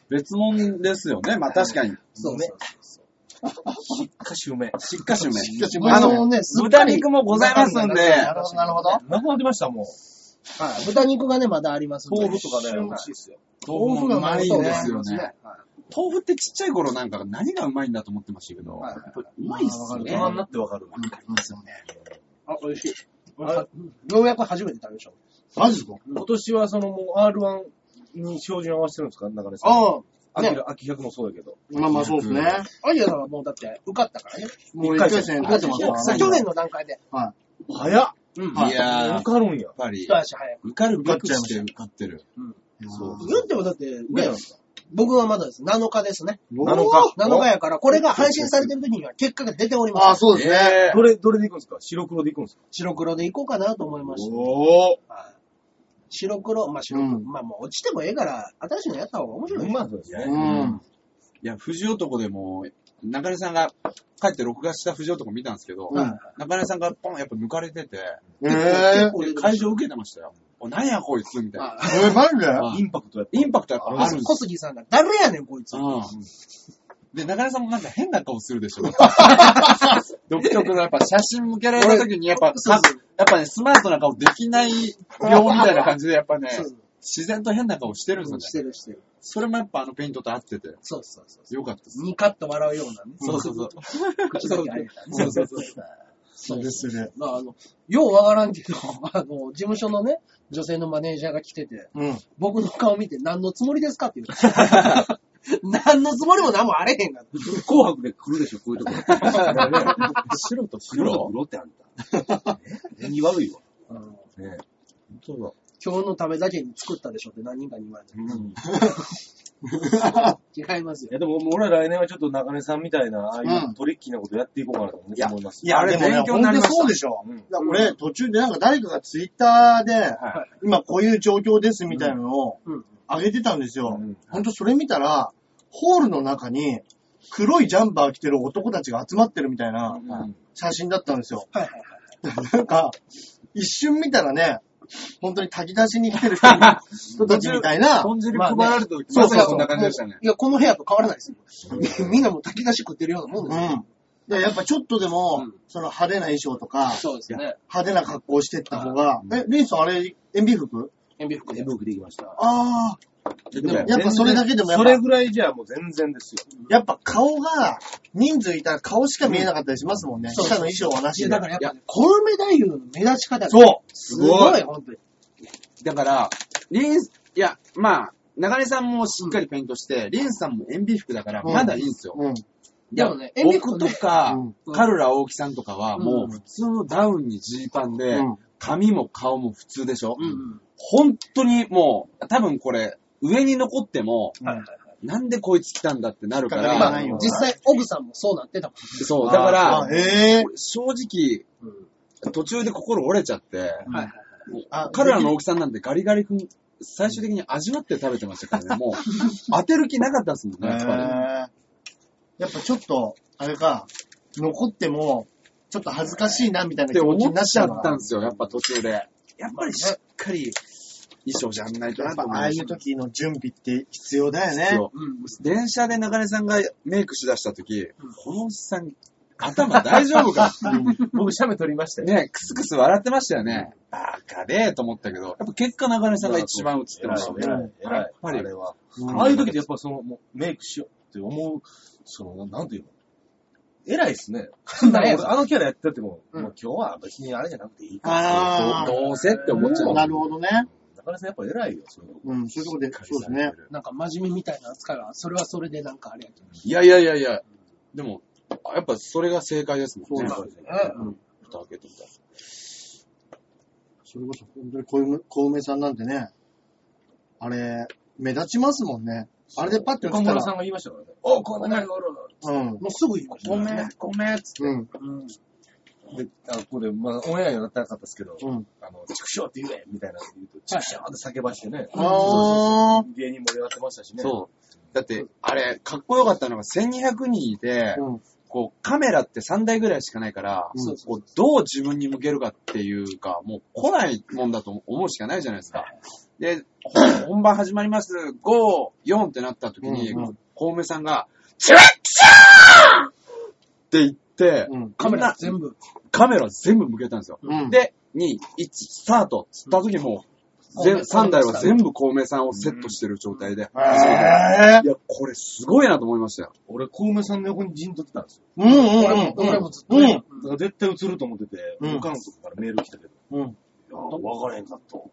S2: の
S3: (laughs) 別物ですよね。まあ確かに。
S2: そうそうそう。
S4: 歌手名。
S3: しっかしめ。
S6: しかし
S3: あ
S2: も
S3: の
S2: うね、すっか
S3: 豚
S2: り
S3: 肉もございますんで、
S2: なるほど、なるほど。
S4: なくなってました、もう。
S2: はい。豚肉がね、まだありますんで。
S4: 豆腐とかね、
S2: はい
S4: 美味しいっすよ。
S3: 豆腐もうまいんですよ
S2: 豆腐がうまいです
S3: ね。。豆腐ってちっちゃい頃なんか何がうまいんだと思ってましたけど、
S2: はい
S3: やっぱりうまいっすよ
S4: 大
S3: ね。
S4: 人になってわかる。
S3: わかりますよね。
S2: あ、美味しい。あれようやく初めて食べましょう。
S6: マジか
S4: 今年はそのもう R1 に照準合わせてるんですか中根さん。
S2: ああ、
S4: 秋
S2: ね。
S4: 楽秋百もそうだけど。
S6: まあまあそうですね。
S2: アジアさんはもうだって受かったからね。
S6: もう一回戦勝ってますから
S2: 去年の段階で、
S4: 早っ
S2: うん。
S6: はい
S3: いやー、や
S4: わ
S3: っ
S4: かるんや。
S3: ぱり
S2: 一、足早く。
S3: 受かるべくして受かってる。
S4: そう
S2: 言ってもだって、ね
S4: ね、
S2: 僕はまだです。7日ですね。
S4: 7日。
S2: 7日やから、これが配信されてる時には結果が出ております。
S6: ああ、そうですね。
S3: えー
S4: どれ、どれで行くんですか白黒で行くんですか
S2: 白黒でいこうかなと思いました。
S4: おー。
S2: 白黒、まあ白黒、
S6: うん
S2: まあもう落ちてもええから、新しいのやった方が面白いでしょ。
S4: まあそうです
S6: う
S4: ね。
S6: ん。
S3: いや、藤男でも、中根さんが帰って録画した藤男見たんですけど、
S6: うん
S3: 中根さんがポンやっぱ抜かれてて、
S6: え
S2: 結
S6: え
S2: 構
S3: で
S2: 結構
S3: 会場受けてましたよ。お、なんやこいつみたいな。
S2: あ
S6: えー、マジで
S3: あ
S4: インパクトやっ
S3: インパクトやっぱあるんで
S2: 小
S3: す
S2: 杉さんが、誰やねんこいつ。
S3: よ。うんで、中根さんもなんか変な顔するでしょ。独特のやっぱ写真向けられた時にやっぱ、
S2: そうそう
S3: やっぱね、スマートな顔できない病みたいな感じでやっぱね
S2: そう、そう
S3: 自然と変な顔してるんですよね。
S2: してるしてる。
S3: それもやっぱあのペイントと合ってて、
S2: そうそうそう。
S3: よかったです。
S2: ニカッと笑うようなね。
S3: そうそうそう。
S2: 口だけ開いたね。
S3: そうそうそう。
S2: そう
S6: ですね。
S2: まあ、あの、ようわからんけど、 (laughs) あの、事務所のね、女性のマネージャーが来てて、
S6: うん。
S2: 僕の顔見て何のつもりですかって言う。
S3: (laughs)
S2: 何のつもりも何もあれへんが。
S4: た。紅白で来るでしょ、こういうとこ。
S3: 白と
S4: 黒と黒ってあんた。縁起悪いわ。
S2: うん
S4: ね
S3: そうだ。
S2: 今日のためだけに作ったでしょって何人かに言われて。
S4: うん
S2: 違います
S4: い
S2: よ。
S4: や、でも俺は来年はちょっと中根さんみたいな、ああいうトリッキーなことやっていこうかなと思って思います。
S3: いやあれ
S6: でもね
S3: 勉強になりました
S6: ほんとそうでしょ。
S4: うん
S6: いや俺、途中でなんか誰かがツイッターで、今こういう状況ですみたいなのを
S2: うん。
S6: 上げてたんですよ。
S4: うん
S6: ほんとそれ見たら、ホールの中に黒いジャンバー着てる男たちが集まってるみたいな
S4: うん
S6: 写真だったんですよ。
S2: はいはいはい。
S6: なんか、一瞬見たらね、本当に炊き出しに来てる人み人たちみたいな、
S3: 豚汁配られた時、
S6: まあ
S3: ま
S6: ね
S3: さにそんな感じでしたね。
S2: いや、この部屋と変わらないですよ。みんなもう炊き出し食ってるようなもん
S6: う
S2: ですよ。
S6: ん。でやっぱちょっとでも、
S2: うん
S6: その派手な衣装とか、
S2: そうですね。
S6: 派手な格好をしてった方が、え、リンさんあれ、塩ビ服
S2: 塩ビ服で
S4: え。僕できました。
S6: ああ、
S4: で
S3: も
S6: やっぱそれだけでもやっ
S4: そ
S6: ぱ
S4: れぐらいじゃもう全然ですよ。
S6: やっぱ顔が、人数いたら顔しか見えなかったりしますもんね。
S2: んそう
S6: 下の衣装はなし
S2: いや、
S6: で。
S2: だからやっぱね、コウメ太夫の目立ち方が
S6: そう
S2: すご
S3: すご
S2: い、
S3: い
S2: 本当に。
S3: だから、リン、いや、まあ、中根さんもしっかりペイントして、リンさんも塩ビ服だから、
S6: うん
S3: まだいいんですよ。
S6: うん。
S2: でもね、塩ビ服
S3: 僕
S2: ね
S3: とか
S6: うん、
S3: カルラ大木さんとかは、
S2: うん
S3: もう普通のダウンにジーパンで
S6: うん、
S3: 髪も顔も普通でしょ
S2: うんうん。
S3: 本当にもう、多分これ、上に残っても、
S2: はいはいはい。
S3: なんでこいつ来たんだってなるか
S6: 引っかか
S3: ら
S6: り、
S2: まあ、実際、オグさんもそうなってたも
S3: そう、だか
S6: あ
S3: ら、、
S6: へえ。
S3: 正直、
S2: ん。うん。
S3: 途中で心折れちゃって、
S2: はいはい。
S6: あ
S3: 彼らの大きさんなんてガリガリ君、最終的に味わって食べてましたからね、もう、当てる気なかったですもんね、やっぱり。
S6: へえやっぱちょっと、あれか、残っても、ちょっと恥ずかしいなみたい
S3: っ
S6: な気
S3: て
S6: 持ち
S3: 思
S6: にな
S3: っ
S6: っ
S3: ち
S6: ち
S3: ゃ
S6: ゃ
S3: ったん
S6: う
S3: ですよ、やっぱ途中で。やっぱりしっかり衣装じゃんないと
S6: や
S3: な
S6: っ
S3: と
S6: ぱ
S3: 思い
S6: ああ
S3: ま
S6: い
S3: し
S6: う
S3: た。
S6: 時の準備って必要だよね。
S2: うん。
S3: 電車で中根さんがメイクしだした時、このおっさん、頭大丈夫か
S4: 僕、写メ撮りましたよ。
S3: ね、クスクス笑ってましたよね。バカでーと思ったけど、やっぱ結果中根さんが一番映ってましたね。
S4: 偉い、偉い。あれは。
S6: うん
S4: ああいう時ってやっぱその、もうメイクしようって思う、その、なんていうの偉いっすね。
S2: なんやそれ
S4: あのキャラやってても、
S2: うん
S4: もう今日は別にあれじゃなくていいから。
S6: あ
S3: どうどうせって思っちゃ
S6: あ、
S3: う。
S6: なるほどね。
S4: 中根さんやっぱ偉いよ、それ。
S6: うん、そういうとこで、そうですね。
S2: なんか真面目みたいな扱いは、それはそれでなんかあれやけど。
S3: いやいやいやいや、でも、やっぱそれが正解ですもんね。
S6: そう
S2: ですね
S3: うん蓋開けてみたら
S6: それこそ本当に小梅小梅さんなんてね、あれ、目立ちますもんね。あれでパッて映
S4: 岡
S6: った
S4: 村さん
S6: ら、
S4: が言いましたからね。おこんながおる
S6: うん。
S2: もうすぐ行く
S3: ごめん、ごめん、つって。
S6: うん。
S2: うん。
S4: で、あ、ここで、まあ、オンエアにはなってなかったですけど、
S6: うん
S4: あの、畜生って言えみたいなの言うと、畜生って叫ばしてね、
S6: ああ。
S4: 芸人盛り上がってましたしね。
S3: そう。だって、あれ、かっこよかったのが1200人いて、
S6: うん。
S3: こう、カメラって3台ぐらいしかないから、
S6: そう
S3: こうどう自分に向けるかっていうか、もう来ないもんだと思うしかないじゃないですか。で、ほ本番始まります、5、4ってなった時に、
S6: うんう
S3: 小梅さんが、チュッチャーって言って、
S6: うん。
S2: カメラ全部。
S3: カメラ全部向けたんですよ。
S6: うん。、
S3: で、2、1、スタートっつった時も、
S2: うん
S3: 全
S2: うん
S3: 3台は全部小梅さんをセットしてる状態で。
S6: えぇ
S3: いや、これすごいなと思いましたよ。
S4: 俺、小梅さんの横に陣取ってたんですよ。
S6: うんうん
S2: 俺も俺もずっとね。
S4: だから絶対映ると思ってて、
S6: うん
S4: 無観客からメール来たけど、
S6: うん。う
S4: い
S6: ん。
S4: やー、分からへんかった。小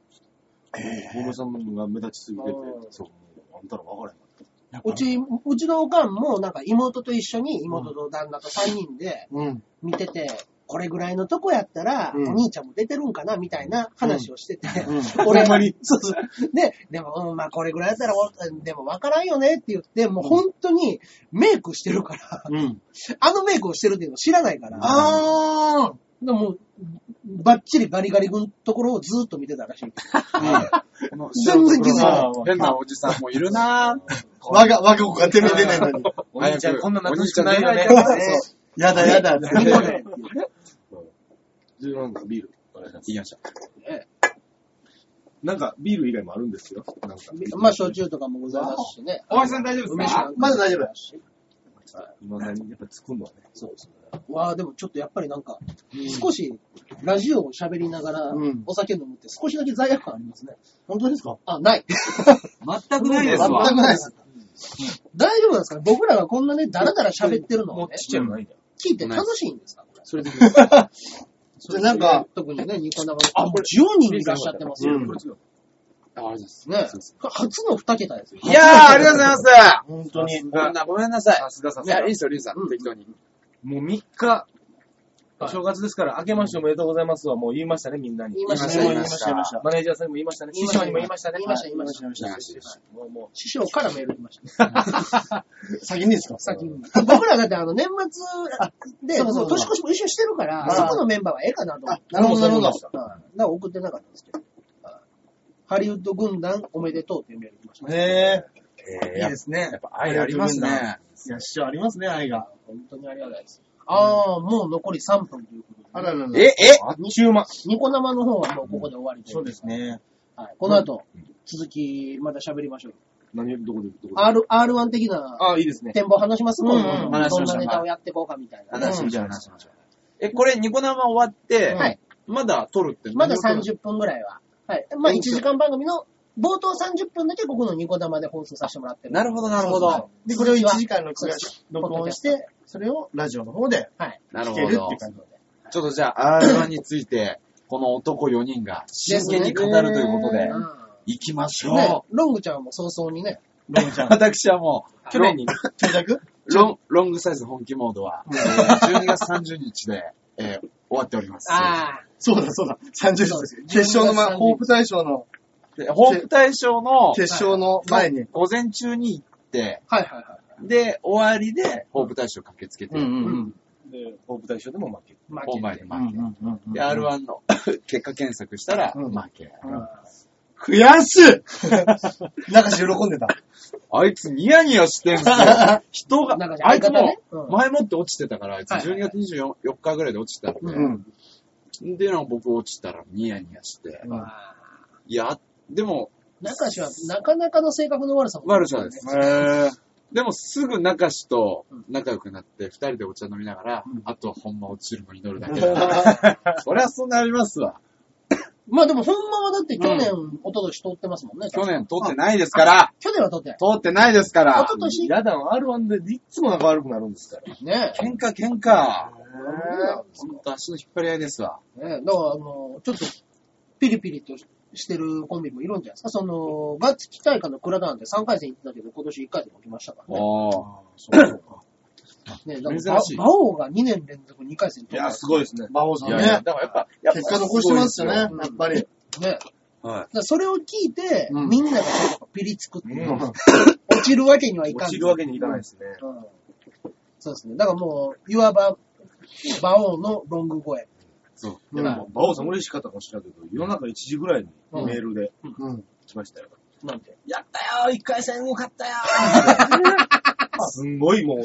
S4: 梅さんのが目立ちすぎてて
S2: うん、
S4: そう、あんたら分からへんかっ
S2: うち、うちのおかんも、なんか妹と一緒に、妹と旦那と3人で
S6: うん。
S2: 見てて、これぐらいのとこやったら、
S6: うん
S2: お兄ちゃんも出てるんかな、みたいな話をしてて、
S6: うん。
S2: (laughs) 俺は、そうそう。で、でも、うん、まあこれぐらいやったら、おでもわからんよねって言って、もう本当にメイクしてるから、
S6: うん。
S2: (laughs) あのメイクをしてるっていうの知らないから、
S6: あ
S2: でもう、バッチリガリガリ君のところをずーっと見てたら
S6: (laughs)
S2: しい。
S3: この
S2: 全然気づいてない
S3: 白黒の変なおじさんもいるなぁ。
S6: ー我が、我が子が手に出ないの (laughs) に。
S4: た。お兄ちゃん、こんな懐
S3: 楽
S4: しくないよね。
S6: やだやだ。
S2: 何これっていうね
S4: で、なんかビール。お願いします
S3: 言いました。
S4: なんか、ビール以外もあるんですよ。なんか。
S2: まあ、焼酎とかもございますしね。
S3: お前さん大丈夫
S2: 梅
S3: です
S2: 酒な
S3: か
S2: んか
S6: まだ大丈夫だ
S4: 今何やっぱ作るのはね。そうですね。
S2: わあ、でもちょっとやっぱりなんか、少し、ラジオを喋りながら
S6: うん、
S2: お酒飲むって少しだけ罪悪感ありますね。
S6: 本当ですか
S2: あ、ない。
S7: 全くないです
S6: 全く
S7: わ。
S6: ないです。
S2: 大丈夫なんですかね僕らがこんなね、だらだら喋ってるの
S4: も
S2: を
S4: う
S2: ね、
S4: ちっちゃいのないんだよ。
S2: 聞いて楽しいんですかこれ。
S4: そ
S2: (laughs)
S4: れで、
S6: じゃあなんか、
S2: 特にね、ニコ生。あ、もう10人いらっしゃってますよ。
S6: うん
S4: これ違う。
S3: あありがとうございます。
S2: ね。初の2桁ですよ。
S3: いやー、ありがとうございます。
S6: 本当に。
S3: ごめんな、ごめんなさい。
S4: さすがさ
S3: い
S4: す
S3: や、
S4: が
S3: いい。ですよ、リュウさ
S2: うん
S3: ん。適当に。
S4: もう3日、
S2: は
S4: お
S2: い
S4: 正月ですから、明けましておめでとうございますはもう言いましたね、みんなに。
S2: 言いました
S6: ね
S4: 言いました、言いました。マネージャーさんにも言いましたね。師匠にも言いましたね。
S2: 言いました、言いました。
S3: お願いします
S4: もうも
S2: 師匠からメール来ましたね。
S6: 先にですか
S2: 先に。 (laughs) 僕らだってあの、年末で、
S6: そうそうそう
S2: もう年越しも一緒にしてるから、
S6: あ
S2: そこのメンバーはええかなと思って。
S6: なるほど、なるほど。
S2: うんだから送ってなかったんですけど。うんハリウッド軍団おめでとうっていうメール来ましたね。
S6: へ
S3: いいですね。やっぱ愛ありますね。
S6: ぇいや、師匠ありますね、愛が。
S2: 本当にありがたいです。ああ、もう残り3分ということで。
S6: あららら。
S3: え、え、
S4: う、あっちゅうま。
S2: ニコ生の方はもうここで終わりとい
S4: そうです。ね。
S2: はい。この後、続き、また喋りましょう。
S4: 何どこで、どこで。
S2: R、R1 的な
S4: あ、いいですね。
S2: 展望話しますもん、ね
S3: うんうん話し
S2: どん
S3: まし
S2: な
S3: ょう
S2: ネタをやっていこうかみたいな。
S3: 話しましょう、
S2: うん
S3: 話しましょう。え、これ、ニコ生終わって、
S2: はい
S3: まだ撮るって
S2: まだ
S3: 何を撮る
S2: 30分ぐらいは。はい。まあ、1時間番組の冒頭30分だけここのニコ生で放送させてもらってる。
S3: なるほど、なるほど。
S6: で、これを1時間の
S2: そうです
S6: 録音して、それをラジオの方で
S2: はい。
S3: なる
S6: 聞
S3: ほ
S6: けるっ
S3: ど
S6: ていう。感じ
S3: ちょっとじゃあ、R1 について、この男4人が真剣に語るということで、
S2: う
S3: 行きまし
S2: ん。ね
S3: ょ、
S2: ロングちゃんも早々にね、
S6: ロンちゃ
S3: う。
S6: ん。
S3: 私はもう、
S4: 去年に、
S6: 到着
S3: ロン、ロングサイズ本気モードは、えー12月30日で、えー終わっております。
S2: ああ、
S6: そうだ、そうだ。30
S2: そうで
S6: 日
S2: す。
S6: 決勝の前、
S2: 12
S6: ホープ大賞の
S3: でホープ大賞の
S6: 決勝の前に。
S3: 午前中に行って、
S2: はいはいはい。
S3: で、終わりで、ホープ大賞駆けつけて、
S6: ん
S4: で、ホープ大賞でも負ける。
S2: 負
S3: 本
S2: け
S3: 番
S2: て
S3: で負け。
S6: うん。
S3: で、R1 の (laughs) 結果検索したら、
S6: うん
S3: 負け。
S2: う
S3: 悔しい
S6: 中し喜んでた。
S3: あいつニヤニヤしてん (laughs) すよ。人が
S2: ん。なんか、相
S3: あいつ
S2: 方
S3: も
S2: ね、。うん
S3: 前もって落ちてたから、あいつ
S2: はいはい
S3: 12月24日ぐらいで落ちてたんで、
S6: うん。
S3: で、なんか僕落ちたらニヤニヤして、
S6: うん
S2: あー
S3: いや、でも、
S2: 中氏はなかなかの性格の悪さも、
S3: 悪さです。
S2: ね。
S3: でもすぐ中氏と
S2: うん
S3: 仲良くなって、二人でお茶飲みながら、あとはほんま落ちるの祈るだけだ。
S6: あ
S3: (laughs) そりゃそうなりますわ。
S2: まあでも、ほんまはだって去年、一昨年通ってますもんね。
S3: 去。年通ってないですから、
S2: 去年は通ってない。
S3: 通ってないですか
S2: 一
S3: ら、
S2: 昨年、
S4: やだん、R1 でいつも仲悪くなるんですから。
S2: ね
S3: 喧嘩喧嘩。
S2: え。
S3: ほんと足の引っ張り合いですわ。
S2: ね、だから、あの、ちょっと、ピリピリとしてるコンビもいるんじゃないですか。その、ガッツ期待感の倉田なんて3回戦行ってたけど、今年1回でも来ましたからね。
S3: おー。
S2: ね、だから
S3: 珍しい
S2: 馬馬王が2年連続2回戦
S4: い
S2: 取
S4: や、すごいですね。
S6: 馬王さん
S3: いやいや
S6: ね。
S3: だからやっぱ、やっぱ
S6: 結果残してますよね、やっ
S2: すごいですよ
S6: ぱり。
S2: ね。だか
S3: は
S2: らそれを聞いて、
S6: うん
S2: みんながちょっとピリつくっていう
S4: う
S2: 落
S4: ん
S2: ちるわけにはいかん。
S4: 落ちるわけにいかないですね。
S2: うんそうですね。だからもう、いわば、馬王のロング声。
S4: でも、馬王さん嬉しかったかもしれないけど、夜中1時ぐらいにメールで
S6: うん。
S4: 来ましたよ。
S2: なんて。
S4: やったよー一回戦多かったよーすんごいもう、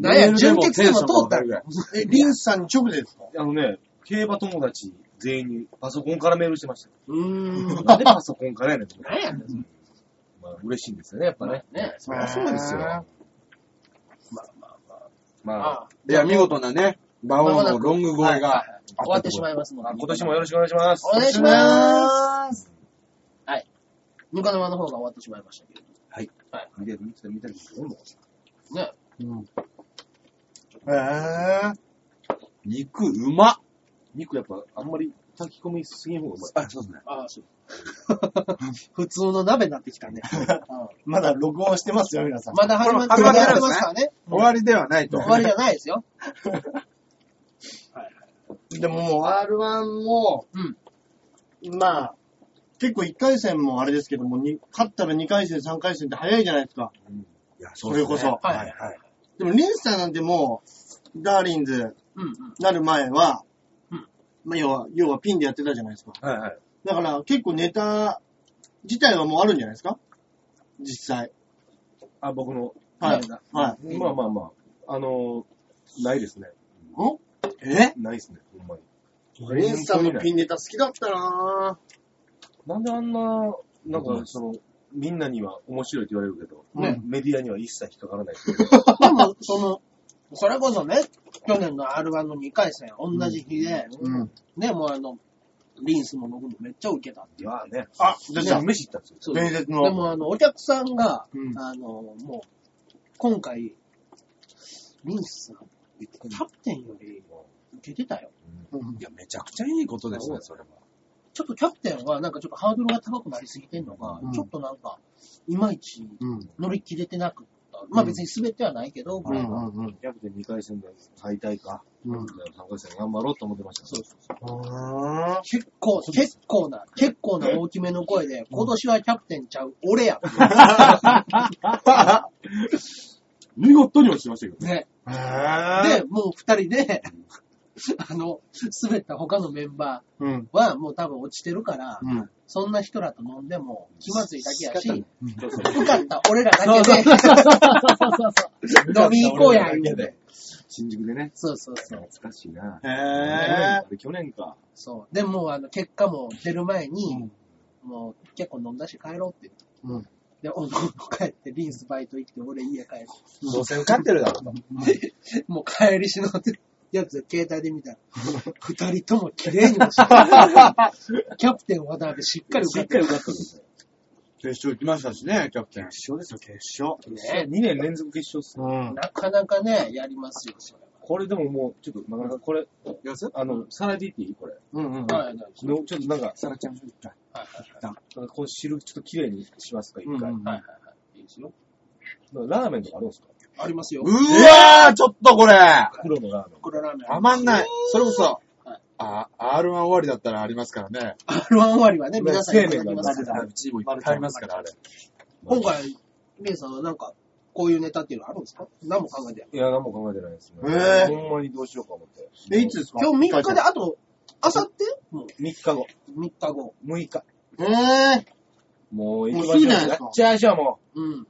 S2: なんや、準
S3: も
S2: 決でも通った
S3: ぐらい。
S6: え、リンスさんに直でですか
S4: あのね、競馬友達全員にパソコンからメールしてましたよ。
S2: うーん。
S4: (laughs) なんでパソコンからやねん。
S2: なんやねん、
S4: まあ嬉しいんですよね、やっぱね。
S2: ね。
S6: そそうですよ。
S4: まあ、
S2: あ
S3: いや、見事なね、馬王のロング
S2: あ、
S3: 声
S2: はいは
S3: が。
S2: い終わってしまいますので。
S4: 今年もよろしくお願いします。
S2: お願いします。はい。ぬかの間の方が終わってしまいましたけど。
S4: 見てる、見てる、見てる。
S2: ね。
S6: うん。えー。
S3: 肉うま
S4: 肉やっぱあんまり炊き込みすぎん方がうまい。
S3: あ、そうですね。
S2: ああ、そう。 (laughs)
S6: 普通の鍋になってきたね。まだ録音してますよ、皆さん。
S2: まだ始まって
S3: 始まってないですね
S2: ますからね。
S3: 終わりではないと。
S2: 終わりじゃないですよ。
S6: でももう R1 も、
S2: うん
S6: まあ、結構1回戦もあれですけども、に勝ったら2回戦、3回戦って早いじゃないですか。
S3: いや
S6: それこそ。
S2: はい
S3: はいはい。
S6: でも、リンスさんなんてもう、ダーリンズ
S2: うんうん。
S6: なる前は、
S2: うん
S6: まあ、要は、要はピンでやってたじゃないですか。
S4: はいはい。
S6: だから、結構ネタ自体はもうあるんじゃないですか実際。
S4: あ、僕の。
S6: はい
S4: な
S6: は
S4: まあまあまあ。あのー、ないですね。
S6: い。え
S4: ないですね、ほんまに。
S6: リンスさんのピンネタ好きだったなぁ。
S4: なんであんな、なんかその、みんなには面白いって言われるけど、
S6: ね
S4: メディアには一切引っかからない。
S2: でも、その、それこそね、去年の R1 の2回戦、同じ日で、
S6: うん。
S2: ね、もうあの、リンスも僕もめっちゃウケたっていう。
S4: まあね。
S6: あ、出
S4: で、
S6: た。
S4: 飯行ったんですよ。
S2: そうで
S6: 伝説の。
S2: もあの、お客さんが、
S6: うん
S2: あの、もう、今回、リンスさん、キャプテンより受けてたよ。
S6: うん
S3: いや、めちゃくちゃいいことですね、それは。
S2: ちょっとキャプテンはなんかちょっとハードルが高くなりすぎてんのが、
S6: うん
S2: ちょっとなんか、いまいち
S6: うん。
S2: 乗り切れてなくった。まあ別に滑ってはないけど、ぐ
S6: う
S2: らい
S6: ん
S2: の
S6: うんうん。
S4: やっぱり2回戦で敗退か。
S6: う
S4: 3
S6: ん
S4: 回戦頑張ろうと思ってました。
S2: そうそうそう。
S6: あー
S2: 結構、結構な、結構な大きめの声で、今年はキャプテンちゃう、俺や。
S4: 見事に落ちてましたけど。
S2: ね。
S6: へ
S2: で、もう二人で、あの、滑った他のメンバ
S6: うん。
S2: ーはもう多分落ちてるから、
S6: うん。
S2: そんな人らと飲んでも気まずいだけやし、
S4: 仕方な
S2: 受かった俺らだけで、 (laughs) 飲み行こうや、言うて。
S4: 新宿でね。
S2: そうそうそう。
S4: 懐かしいな。
S6: へ
S4: あ
S6: ぇ
S4: れ去年か。
S2: そう。でもう、あの、結果も出る前に、
S6: うん
S2: もう結構飲んだし帰ろうって言って。
S6: うん
S2: で、お (laughs) のおの帰って、リンスバイト行って、俺家帰る。
S3: どうせ受かってるだろうと。
S2: (laughs) もう帰りしのってやつ、携帯で見たら、二人とも綺麗に落ちた。キャプテン渡辺しっかり受かってる。
S4: かったですね。
S3: 決勝行きましたしね、キャプテン。
S6: 決勝ですよ、決勝。
S4: 2年連続決勝っすね。
S6: うん。
S2: なかなかね、やりますよ、それ
S4: これでももう、ちょっと、なかなかこれ、
S3: やす
S4: あの、サラディティこれ。
S6: うんうん。
S2: は。はい、はい、
S4: 昨日、ちょっとなんか、
S3: サラちゃん一回。
S4: なんかこう汁ちょっと綺麗にしますか、一回。
S6: うん
S2: はい、はい。いいですよ。
S4: ラーメンとかあるんですか
S2: ありますよ
S3: う。わー、ちょっとこれ
S4: 黒のラーメン。
S2: 黒ラーメン。
S3: たまんない。それこそ
S2: はい、
S3: あ、R1 終わりだったらありますからね。
S2: R1 終わりはね、皆さんいただきますから。
S3: うちもいっぱいありますから、あれ。
S2: 今回、レイさんはなんか、こういうネタっていうのあるんですか何も考えてない。
S4: いや、何も考えてないですね。
S6: えー
S4: ほんまにどうしようか思って。
S6: え、いつですか
S2: 今日3日で、
S6: あ
S2: あと、あさっても
S4: ?3 日後。
S2: う3日後。
S4: 6日。
S6: え
S4: もう行き
S6: も
S4: ま
S6: うす
S4: しょ
S6: ぐ
S4: う。
S6: じゃないで
S4: や
S6: すか
S4: っちゃいましょう、も
S2: うん。
S4: う。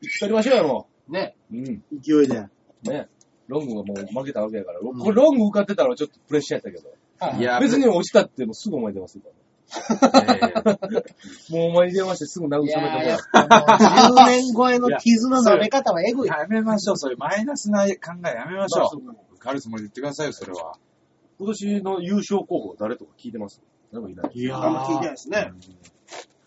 S4: 行き取りましょうよ、も
S2: ね。
S4: う。うん。
S6: ぇ勢いで。
S4: ね。ロングはもう負けたわけだから。
S6: ん
S4: これロング受かってたらちょっとプレッシャーやったけど。
S3: いや、
S4: 別に落ちたってもうすぐ思い出ますから。もう思い出ましてすぐ慰め
S2: い
S4: た
S2: や
S4: か
S2: ーや
S4: ら
S2: っ。ぱもう10年超えの傷の舐め方はエグい。
S3: (laughs) やめましょう、そういうマイナスな考えやめまし
S4: まあ
S3: ょ。
S4: そう
S3: 受かるつもりで言ってくださいよ、それは。
S4: 今年の優勝候補誰とか聞いてます誰もいない。
S6: いや
S2: あんま聞いてないですね。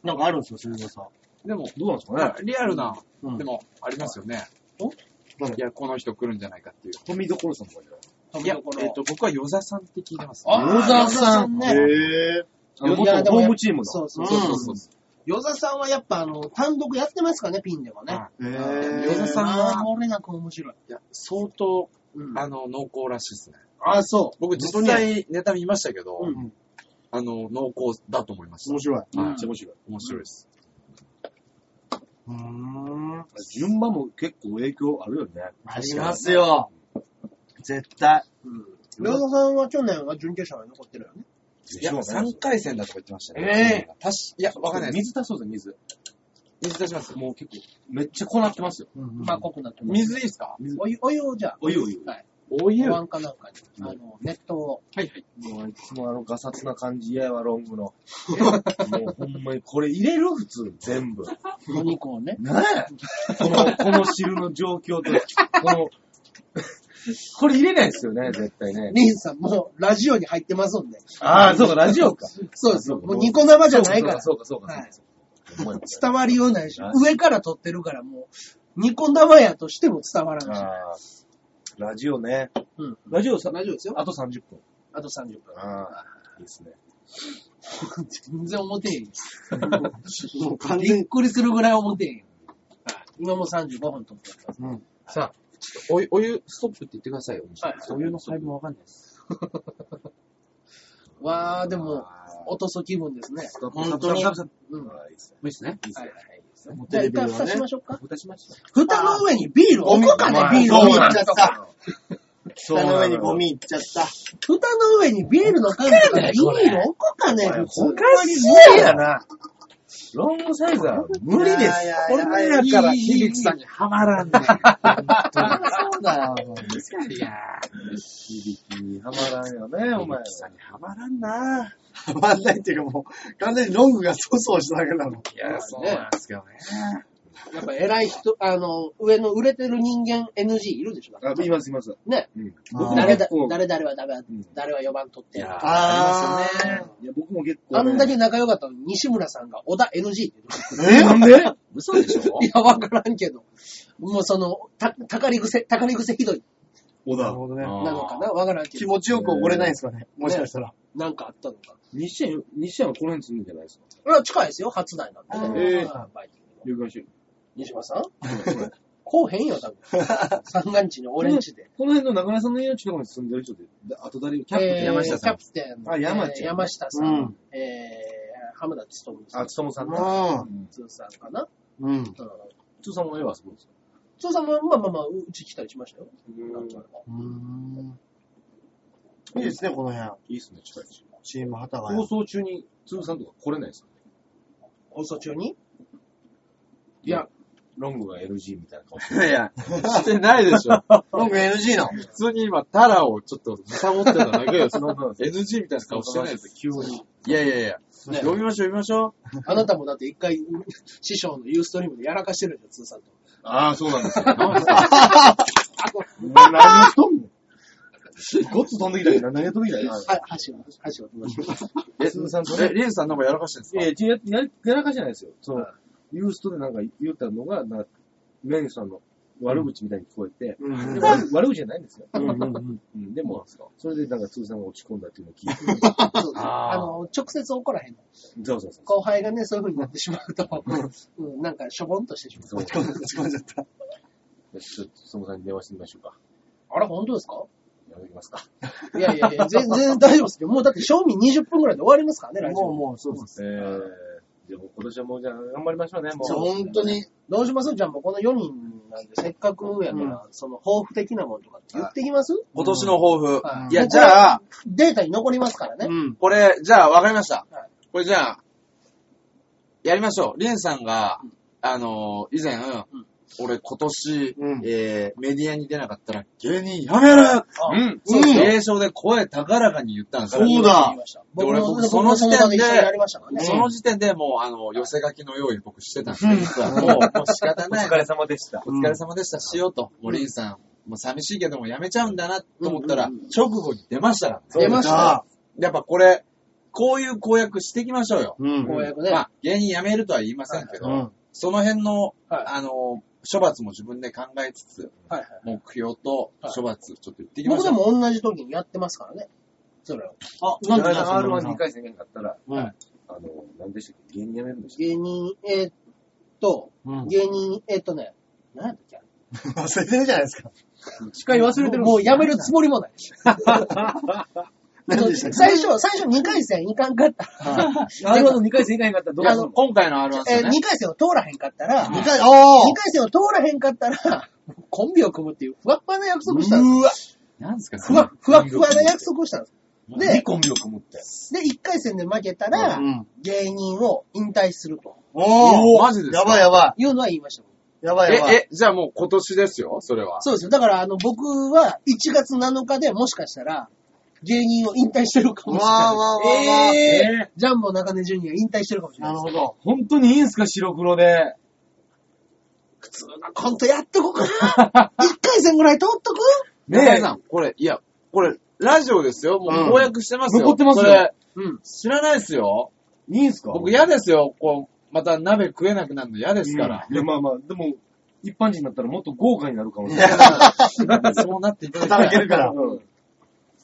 S6: なんかあるんですよ、それがさ。
S3: でも、
S4: どうなんですかね
S3: リアルな、
S6: うん
S3: でも、ありますよね。
S2: お
S3: いや、この人来るんじゃないかっていう。
S4: 富所さんとかじゃない
S2: と
S3: いや、
S2: ころ
S3: えっと、僕は与座さんって聞いてます、
S2: あー
S4: 与沢さん
S2: 与
S6: へ
S2: 沢ね。
S6: ぇ
S4: あの元ホームチームの。
S2: そうそう
S3: そ
S2: そ
S3: うそうう。そうそう。
S2: ヨザさんはやっぱあの、単独やってますからね、ピンではね
S3: は。
S6: へ
S3: い
S6: ぇ
S3: ヨザさんは
S2: は。漏れなく面白い。
S3: いや、相当、
S2: うん。
S3: あの、濃厚らしいですね。
S2: あ、そ
S3: 僕、実際、ネタ見ましたけど、
S2: うん
S3: あの、濃厚だと思いました
S6: 面。白い。
S2: う。
S3: は
S4: めっちゃ面白い。
S3: 面白いです。
S6: うーん。
S4: 順番も結構影響あるよね。
S6: ありますよ。絶対。
S2: うん。ヨザさんは去年は準決勝に残ってるよね。
S3: いや、
S4: でしょうね
S3: 3回戦だとか言ってましたね。ええ確か、いや、わかんないです。
S4: 水足そうぜ、水。
S3: 水出します。
S4: もう結構、めっちゃこうなってますよ。
S2: まあ、濃くなってます。
S3: 水いいですか
S2: お湯、お湯をじゃあ。
S4: お湯お湯
S2: はい。
S3: お湯
S2: お
S3: は
S2: 椀かなんかに、あの、熱湯を。
S3: いはい。
S4: もういつもあのガサツな感じ嫌やわ、ロン (laughs) グの。もうほんまに、これ入れる普通、全部。
S2: お肉をね。
S4: ねえこの、この汁の状況と、この、これ入れないですよね、絶対ね。
S2: リンさん、もう、ラジオに入ってますんで。
S4: ああ、そうか、ラジオか。
S2: そうですよ。もう、ニコ生じゃないから。
S4: そうか、そうか、そう
S2: は
S4: か
S2: い。
S4: そうかほんまに
S2: 伝わりようないし
S4: は、
S2: 上から撮ってるから、もう、ニコ生やとしても伝わらないし。
S4: あーラジオね。
S2: うん。
S4: ラジオさ、
S2: 大丈夫ですよ。
S4: あと30分。
S2: あと30分。
S4: ああ、いいですね。
S2: 全然重てへんよ。
S6: もう完全
S2: びっ
S6: に、
S2: くりするぐらい重てへんよ。はい今も35分撮ってます。
S6: うん。
S3: さあ、お湯、お湯ストップって言ってくださいよ。
S2: はい
S3: お湯の配分わかんないです。
S2: わー、でも、落とす気分ですね。
S4: 本当に。あ
S2: うん。はい
S4: あいいっすね
S3: もういいですね。
S2: はいはい。じ
S6: テ
S2: ゃあ
S6: レ
S2: 一
S6: ビは
S2: 回蓋
S6: ね
S2: しましょうか。
S3: お出しました。
S2: 蓋の上にビール置くか
S4: まあ
S2: ね、ビールを
S6: ゴミ入っちゃっ
S2: 蓋
S6: た。
S4: そう
S6: 下
S4: な
S6: の
S4: の
S6: 上
S4: よ
S6: にゴミいっちゃった。
S2: の上にビールの缶とかビール置くかね、普通
S4: おかしいやな。ロングサイズは無理で
S6: い
S4: す
S6: やい。や
S4: これやから、響さんにはまらんね。
S6: そうだよ。
S3: いや
S4: 響きにはまらんよね、お前。
S3: さんにはまらんな
S6: はまんないっていうかもう、完全にロングが粗相しただけなの。
S3: いや
S2: そうなん
S3: ですけどね。
S2: やっぱ偉い人、あの、上の売れてる人間 NG いるでしょ。だから
S4: あいます、います。
S2: ね。
S4: うん。
S6: あー
S2: 誰だ
S4: 結構
S2: 誰々はダメだ
S4: ん、
S2: 誰は4番取って
S3: いや
S2: る。
S6: あ
S3: ありますよね。
S4: いや、僕も結構、ね。
S2: あんだけ仲良かったのに、西村さんが小田 NG って言う
S4: え、なんで
S3: 嘘でしょ
S2: の (laughs) いや、わからんけど。もうその、た、たかり癖、たかり癖ひどい
S4: 小
S6: なる
S4: 田。
S6: ほど
S3: な
S6: ね。
S2: なのかなわからんけ
S6: 気
S2: ど。
S6: 持ちよく溺れないんですかね。もしかしたら。
S2: なんかあったのか。
S4: 西山、西山この辺住んでんじゃないですか。
S2: いや、近いですよ、初台なんでね。
S4: えー
S2: はいバイキングの
S4: 了解してる。
S2: 西村さん (laughs) こうへんよ、多分。三眼地に俺んちで。
S4: この辺の中根さんの家の近くに住んでる人で、で後だり、キャップ
S2: え
S4: っ
S2: ー
S4: て山下さん。
S2: キャプテンの。
S4: あ山
S2: えー
S4: ちゃん
S2: 山下さ。
S6: うんん。
S2: えー、浜田つとむさん
S4: あ、。つともさんか。
S2: つーさんかな。
S6: うん。
S2: うん。
S4: つともさんも絵はすごいですよ。
S2: つーさんも、まあまあまあ、ううち来たりしましたよ。
S6: うん。いいですね、この辺。
S4: いいっすね、近いし。
S6: チーム旗が。
S4: 放送中に、つーさんとか来れないですか
S2: 放送中にいや、
S4: ロングが LG みたいな顔して。
S3: いや、してないでしょ。 (laughs)
S6: ロング NG (laughs) なの。
S3: 普通に今、タラをちょっと貪ってただけよ。その
S4: (laughs) の分
S3: NG みたいな顔してないです。
S4: 急に。
S3: いやいやいや。
S2: ね
S3: 読みましょう、読みましょ
S2: あなたもだって一回、師匠のユーストリームでやらかしてるでしょ、つーさんと。
S4: ああ、そうなんですよ。ごっつ飛んできたけど、何が飛んできたよ。
S2: は、箸を、箸を飛ばして。
S3: う。え、
S4: 鈴さんと
S3: え、
S4: ね。
S3: リンさんなんかやらかしてるんですか
S4: え、や、や、やらかじゃないですよ。その、ユーストでなんか言ったのが、なんか、メンさんの悪口みたいに聞こえて、
S6: うん
S4: でも悪口じゃないんですよ。
S6: うんうんうん。
S4: うん、でも、それでなんか通さんが落ち込んだっていうのを聞いて、
S2: そうです
S3: あー
S2: あの、直接怒らへん。
S4: ざわざわ (laughs) さ
S2: 後輩がね、そういう風になってしまうと、うん、なんかしょぼんとしてしまう。
S4: そう。
S6: 落ち込んじゃった。
S4: (laughs) よしちょっと、つともさんに電話してみましょうか。
S2: あれ、本当ですか
S4: やめときますか。
S2: いやいやいや、全然大丈夫ですよ。もうだって、賞味20分ぐらいで終わりますからね、来週。
S6: もうもう、そうです。
S4: えー、じゃあもう今年はもうじゃあ頑張りましょうね、も
S6: じゃあ
S4: う。
S6: 本当に、
S2: どうしますじゃあもうこの4人なんで、せっかくやから、その、抱負的なものとかって言ってきます
S3: 今年の抱負
S2: は。い
S3: いや、じゃあ、
S2: データに残りますからね。
S6: うん。
S3: これ、じゃあ、わかりました
S2: はい。
S3: これじゃあ、やりましょう。リンさんが、あのー、以前、俺今年、
S6: うん
S3: えーメディアに出なかったら芸人やめろ
S4: うん。
S3: そう名称で声高らかに言ったんですよ。
S6: そうだ。
S3: で
S2: 僕も
S3: 俺
S2: 僕
S3: 僕
S2: もそ
S3: その
S2: の時点で
S3: 時点で
S2: 一緒にやりましたからね。
S3: その時点でもう、あの、寄せ書きの用意僕してたんですけど、実はもう、もう仕方ない。お疲れ
S4: 様でした。
S3: 様でした、しようと。もうリンさん、もう寂しいけどもやめちゃうんだなと思ったら
S2: うんうんう、
S3: 直後に出ましたからね
S2: 出ました。
S3: やっぱこれ、こういう公約していきましょうよ。
S6: うん。
S2: 公約ね。
S3: まあ、芸人辞めるとは言いませんけ
S6: う
S3: ど、
S6: ん。
S3: その辺の、
S2: はい
S3: あの、処罰も自分で考えつつ、
S2: はいはい
S3: 目標と
S2: はい
S3: 処罰、ちょっと言っていきま
S2: 僕
S3: し
S2: で
S3: ょう。
S2: も同じ時にやってますからね。それを。
S6: あ、
S4: な
S6: なんん
S4: で
S6: でだ、そんな
S4: R12
S6: の
S4: 回戦がなかったら、
S6: うん
S4: あの、何でしたっけ芸人辞めるんでしたっ
S2: 芸人、えーっと、
S6: うん。
S2: 芸人、えーっとね、何やったっけ
S6: 忘れてるじゃないですか。
S2: 一回忘れてる。もうやめるつもりもない。
S6: 何でしたっけ
S2: 最初、最初2回戦いかんかったら、
S4: け ?R1 の2回戦以外になったらどう
S2: いやあ
S4: なる
S2: の
S4: の
S3: 今回の R1
S2: え
S3: 戦ね
S2: 2。回戦を通らへんかったら、2
S6: 2回、 (laughs) あー
S2: 回戦を通らへんかったら、 (laughs) コンビを組むっていうふわっふわな約束したんで
S6: うわ
S3: 何ですか
S2: す。ふわ、ふわっふわな約束をしたんです。
S4: で、
S2: で
S4: コンビを組むって。
S2: で、1回戦で負けたら、
S6: うん。
S2: 芸人を引退すると。
S6: お
S3: おーマジですか
S6: やばいやば
S2: いうのは言いました。
S6: い。やばいやばい。
S3: え、え、じゃあもう今年ですよ、それは。
S2: そうですよ。だから、あの、僕は1月7日でもしかしたら、芸人を引退してるか
S6: わ
S2: もしれ
S6: あわ
S2: な
S6: あ
S2: い。
S6: わあわあ。
S1: え
S4: え
S2: ジャンボ中根ジュニア引退してるかもしれな
S6: ないる
S2: です。
S6: ほど。
S4: 本当にいいんすか白黒 (laughs) で。
S2: 普通なコントやっとこうかな。1回戦ぐらい通っとく
S4: ねえ
S3: 中井さん、これ、いや、これ、ラジオですよ。もう公約してますよ。
S4: 残ってますよ
S3: それ、
S2: うん。
S3: 知らないですよ。
S4: いいんすか
S3: 僕嫌ですよ。こう、また鍋食えなくなるの嫌ですから。
S4: うんいや、まあまあ、でも、一般人だったらもっと豪華になるかもしれ
S3: だ
S4: ない。
S3: からそうなっていただきた
S6: 働
S3: い。
S6: けるから。
S4: うん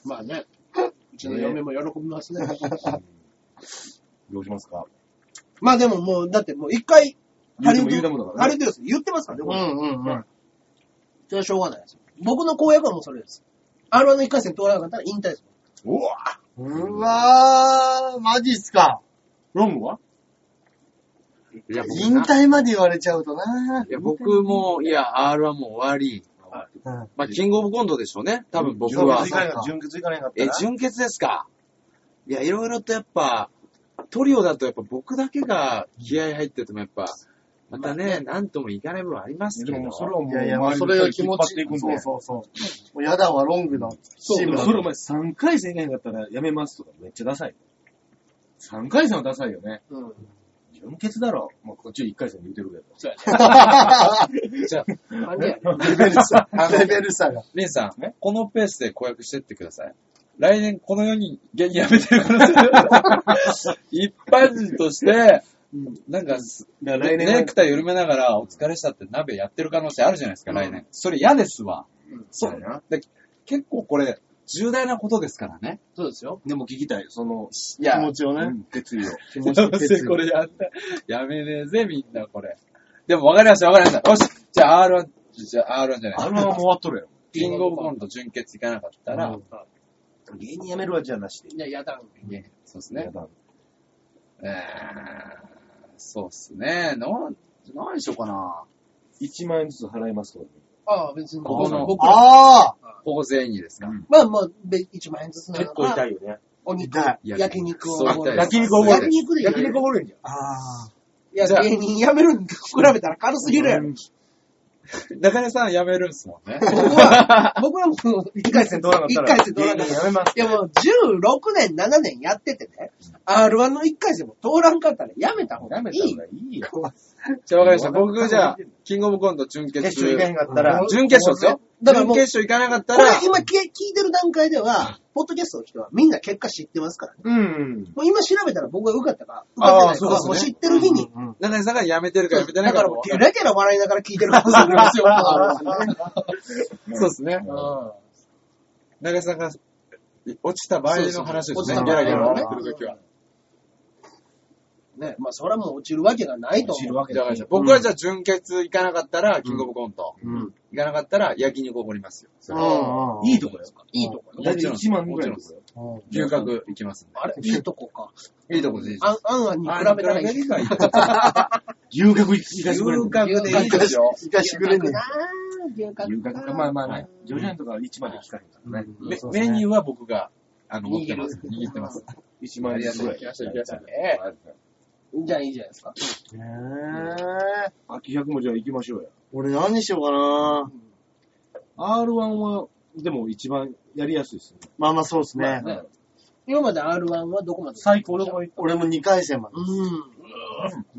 S2: まあね。うちの嫁も喜びますね。
S4: どうしますか
S2: (laughs) まあでももう、だってもう1回、ハリウ
S4: 言
S2: ッ
S4: うても言うてもだ
S2: ド、
S4: から
S2: ハリ
S4: ね
S2: ウッドです。言ってますからね、
S6: う
S2: こ
S6: ん
S2: れ
S6: うんうん。
S2: それはしょうがないです。僕の公約はもうそれです。R1 の1回戦通らなかったら引退です。
S4: うわ
S6: うわー、マジっすか。
S4: ロングはい
S3: や僕
S6: 引退まで言われちゃうとない
S3: や、僕も、いや、R はもう終わり。
S6: うん
S3: まあ、キングオブコントでしょうね。多分僕
S6: う
S3: は
S6: ん。そうか
S4: 純潔いかねえかっ
S3: え、純潔ですか。いや、いろいろとやっぱ、トリオだとやっぱ僕だけが気合入っててもやっぱ、またね、なんともいかない部分あります
S4: で
S3: けど。
S4: ももうそれはもう、
S6: いやいや、もうそ
S4: 周り
S6: れ
S4: の
S6: が
S4: 人
S6: 気
S4: に
S6: 持
S4: 引っ張
S6: ち
S4: っていくんで。
S6: そうそうそう。もうやだわ、ロング (laughs) の
S4: そう、
S6: チームだ
S4: それお前3回戦いかへんかったらやめますとかめっちゃダサい。3回戦はダサいよね。
S2: うん。
S4: 純潔だろ。まあ、こっち1回戦で言うてるけ
S2: そうやね。
S3: じゃあ、
S2: なんでやねん
S6: レベル差、レベル差が。
S3: 姉さん
S4: え、
S3: このペースで公約してってください。来年この世に芸人辞めてる可能性 (laughs) 一般人として、なんか、
S4: ど。だから来年は
S3: ネクタイ緩めながら、お疲れしたって鍋やってる可能性あるじゃないですか、来年。それ嫌ですわ。そう
S4: な。
S3: で結構これ、重大なことですからね。
S2: そうですよ。
S4: でも聞きたい。その、
S3: い
S6: 気
S3: や、
S6: 持ちを
S4: う
S6: ね。
S4: ん決意を。
S6: 気持ち
S3: ど
S6: を
S3: うせこれやんなやめねえぜ、みんな、これ。でも分かりました、分かりました。よし、じゃあ R1、じゃあ R1 じゃな
S4: (laughs) あ
S3: い。
S4: れはもう終わっとるやろ。
S3: キングオブコント準決行かなかったら、
S4: 芸人やめるわじゃなしで。
S2: いや、やだん。
S3: ねそうです
S4: ね
S3: ね。。えー、そうっすね。なん、何しようかな。
S4: 1万円ずつ払いますとかね。
S2: ああ、別に。
S3: ここの
S2: 僕は
S6: ああ
S3: ここ全員にですか、
S4: うん
S2: まあまあ、べ一万円ずつなのか
S4: 結構痛いよね。
S2: お肉
S6: 痛、
S3: いや
S2: 焼肉を。
S3: そう痛い
S4: 焼肉おごる
S2: 焼肉でいい
S4: 焼肉おごるんじゃん。
S6: あ
S2: いや、
S3: じゃあ
S2: 芸人辞めるんと比べたら軽すぎるやろ。
S3: 中根さん辞めるんすもんね。
S2: 僕は、僕はも
S4: (laughs)
S2: う、一
S4: 1回戦通らなか
S2: 一
S4: ったら
S2: 回、戦通ら
S4: 芸
S2: なかっ
S4: 人
S2: た。
S4: やめます。
S2: いやもう、16年、7年やっててね、R1 の一回戦も通らんかったら辞めた方が
S4: や
S2: い
S4: めた方
S2: い。
S4: がいいよ。
S3: じゃあ分かりました。僕じゃあ、キングオブコント準決
S4: 決勝いかへんかったら、
S3: 準決勝ですよ。
S2: だからもう
S3: 準決勝行かなかった
S2: これ
S3: ら、
S2: 今聞い聞いてる段階では、ポッドキャストの人はみんな結果知ってますからね。
S4: うん。
S2: もう今調べたら僕が受かったか、受かってないか
S3: ああ
S2: は
S3: そ
S2: も
S3: う
S2: う
S3: です
S2: 知
S3: ね
S2: ってる日に、
S6: あ。
S3: 中根さんが辞めてるか辞めてな
S2: だ
S3: いか
S2: から
S3: ら
S2: も
S3: も
S2: う、ゲ
S3: 分かんな
S2: ラ
S3: い、
S2: ゲラ笑いながら聞いてる可能性ありますよ。
S3: そうですね。
S2: うん
S3: 中根さんが落ちた場合の話ですね。
S2: 落ちた
S3: ギ
S2: 場
S3: ャ
S2: 合
S3: ラギャ
S2: ね
S3: ラ笑ってる時は。
S2: ね、まあそれはもう落ちるわけがないと
S4: 知
S2: 思
S4: る
S2: う。
S4: わけ
S3: じゃあ
S4: だ
S3: わかりました僕はじゃあ準決行かなかったら、キングオブコント。
S6: うん。うん
S3: 行かなかったら、焼肉おごりますよ。それは
S6: うんうん。
S4: いいとこよ。
S2: いいとこね。
S4: 大体1万ぐらいのとこよ。
S6: うん
S3: 牛角行きますん
S2: あれいいとこか。
S3: で。いいとこでいいです。
S2: あん、あんあんに比べたらいい。
S3: いい。
S4: 牛角行かしてくれ
S3: 牛角でいいですよ。
S6: 行かしてくれんねん。
S2: 牛角
S4: 牛角か。まあまあね。ジョジョンとかは1万で聞かへんからね。
S3: メメニュ
S6: ュー。
S3: ーは僕が、あの、持ってます。握ってます。
S4: 1万円ぐらい。
S3: え
S2: じゃあいいじゃないですか。
S6: へえ。
S4: 秋100もじゃあ行きましょうや。
S6: 俺何しようかな。
S4: R1 は、でも一番やりやすいですね。
S6: まあまあそうですね。
S2: ね今まで R1 はどこまで
S4: 最高どこ行った
S6: 俺も2回戦まで。行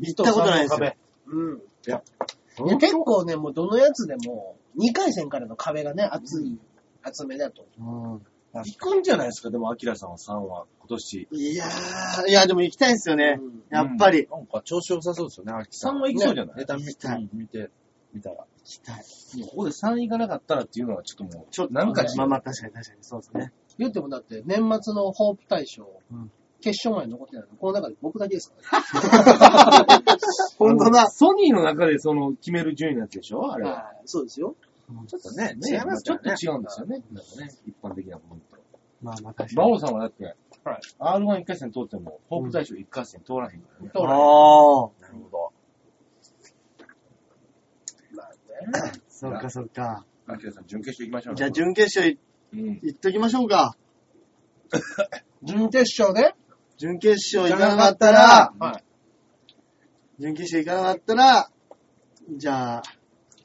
S6: ったことないですよ。
S2: うん。うん。
S3: いや
S2: いや結構ね、もうどのやつでも、2回戦からの壁がね、厚い、厚めだと。
S6: うん
S4: 行くんじゃないですか、でも、アキラさんは3は今年。
S6: いやー、いやでも行きたいんすよね
S2: うん。
S6: やっぱり。
S3: なんか調子良さそうですよね、秋さん。
S4: 3は行きそうじゃない、
S3: ネタ見
S6: 行きたい
S3: 見て、見たら。
S4: もうここで3行かなかったらっていうのはちょっともう、
S6: ちょっと、
S4: なんか
S6: まあまあ確かに確かにそうですね。
S2: 言ってもだって、年末のホープ大賞、
S6: うん
S2: 決勝まで残ってないの、この中で僕だけですからね。
S6: ほんとだ。
S4: ソニーの中でその決める順位のやつでしょあれは。
S2: はいそうですよ。
S4: ちょっとね、違いますちょっと違うんですよね。なんかね、一般的なものと。
S6: まあまあ確
S4: 馬
S6: かに。
S4: 王さんはだって、R11 回戦通っても、ホープ大賞1回戦通らへんからね。
S2: と、
S6: あ
S2: ま
S6: あ、
S4: なるほど。
S2: あね、
S6: そっかそっか。
S4: アキラさん、準決勝行きましょう。
S6: じゃあ、準決勝い
S4: うん。
S6: 行っときましょうか。
S2: 準決勝で、
S6: 準決勝行かなかったら、
S2: はい。
S6: 準決勝行かなかったら、じゃあ、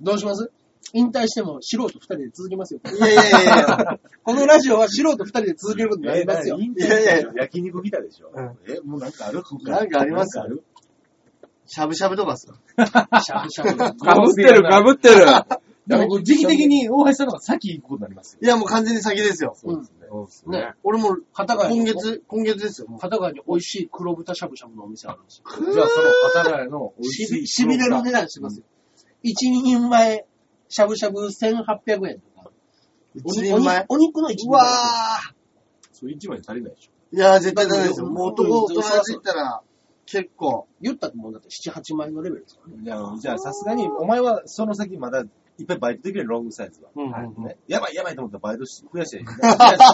S2: どうします引退しても素人二人で続きますよ。
S6: いやいやいやいや、
S2: このラジオは素人二人で続けることになりますよ。
S4: えー
S6: いやいやいや
S4: 焼肉来たでしょ
S6: うん。
S4: え、もうなんかある
S6: なんかあります
S4: なんかる
S6: しゃぶしゃぶとかっすか
S2: しゃぶしゃぶ。
S3: かぶってる、かぶってる。
S4: でもこれ時期的に大橋さんの方が先行くことになりますよ。
S6: いや、もう完全に先ですよ。
S2: うん。
S4: そうですね。
S2: ね。
S6: 俺も
S2: 片貝
S6: 今
S2: に、
S6: 月、今月ですよ。もう
S2: 片貝に美味しい黒豚しゃぶしゃぶのお店あるんですよ。
S4: じゃあ、その、片貝の美味
S2: し
S4: し
S2: び、
S4: い。
S2: しびれの値段しますよ。一人前、しゃぶしゃぶ1800円とか。
S6: 一人前。
S2: お肉お肉の一人
S6: う
S2: 前。
S6: わ
S4: そう、一枚に足りないでしょ。
S6: ーいや、絶対ダメですよ。もう男、
S2: うん
S6: 友達行ったら、結構。
S2: 言ったってもうだって7、8万円のレベルですからね。
S4: じゃあ、じゃあさすがに、お前はその先まだいっぱいバイトできるよロングサイズは。
S6: うんうんうん
S4: ねやばいやばいと思ったらバイトし増やして。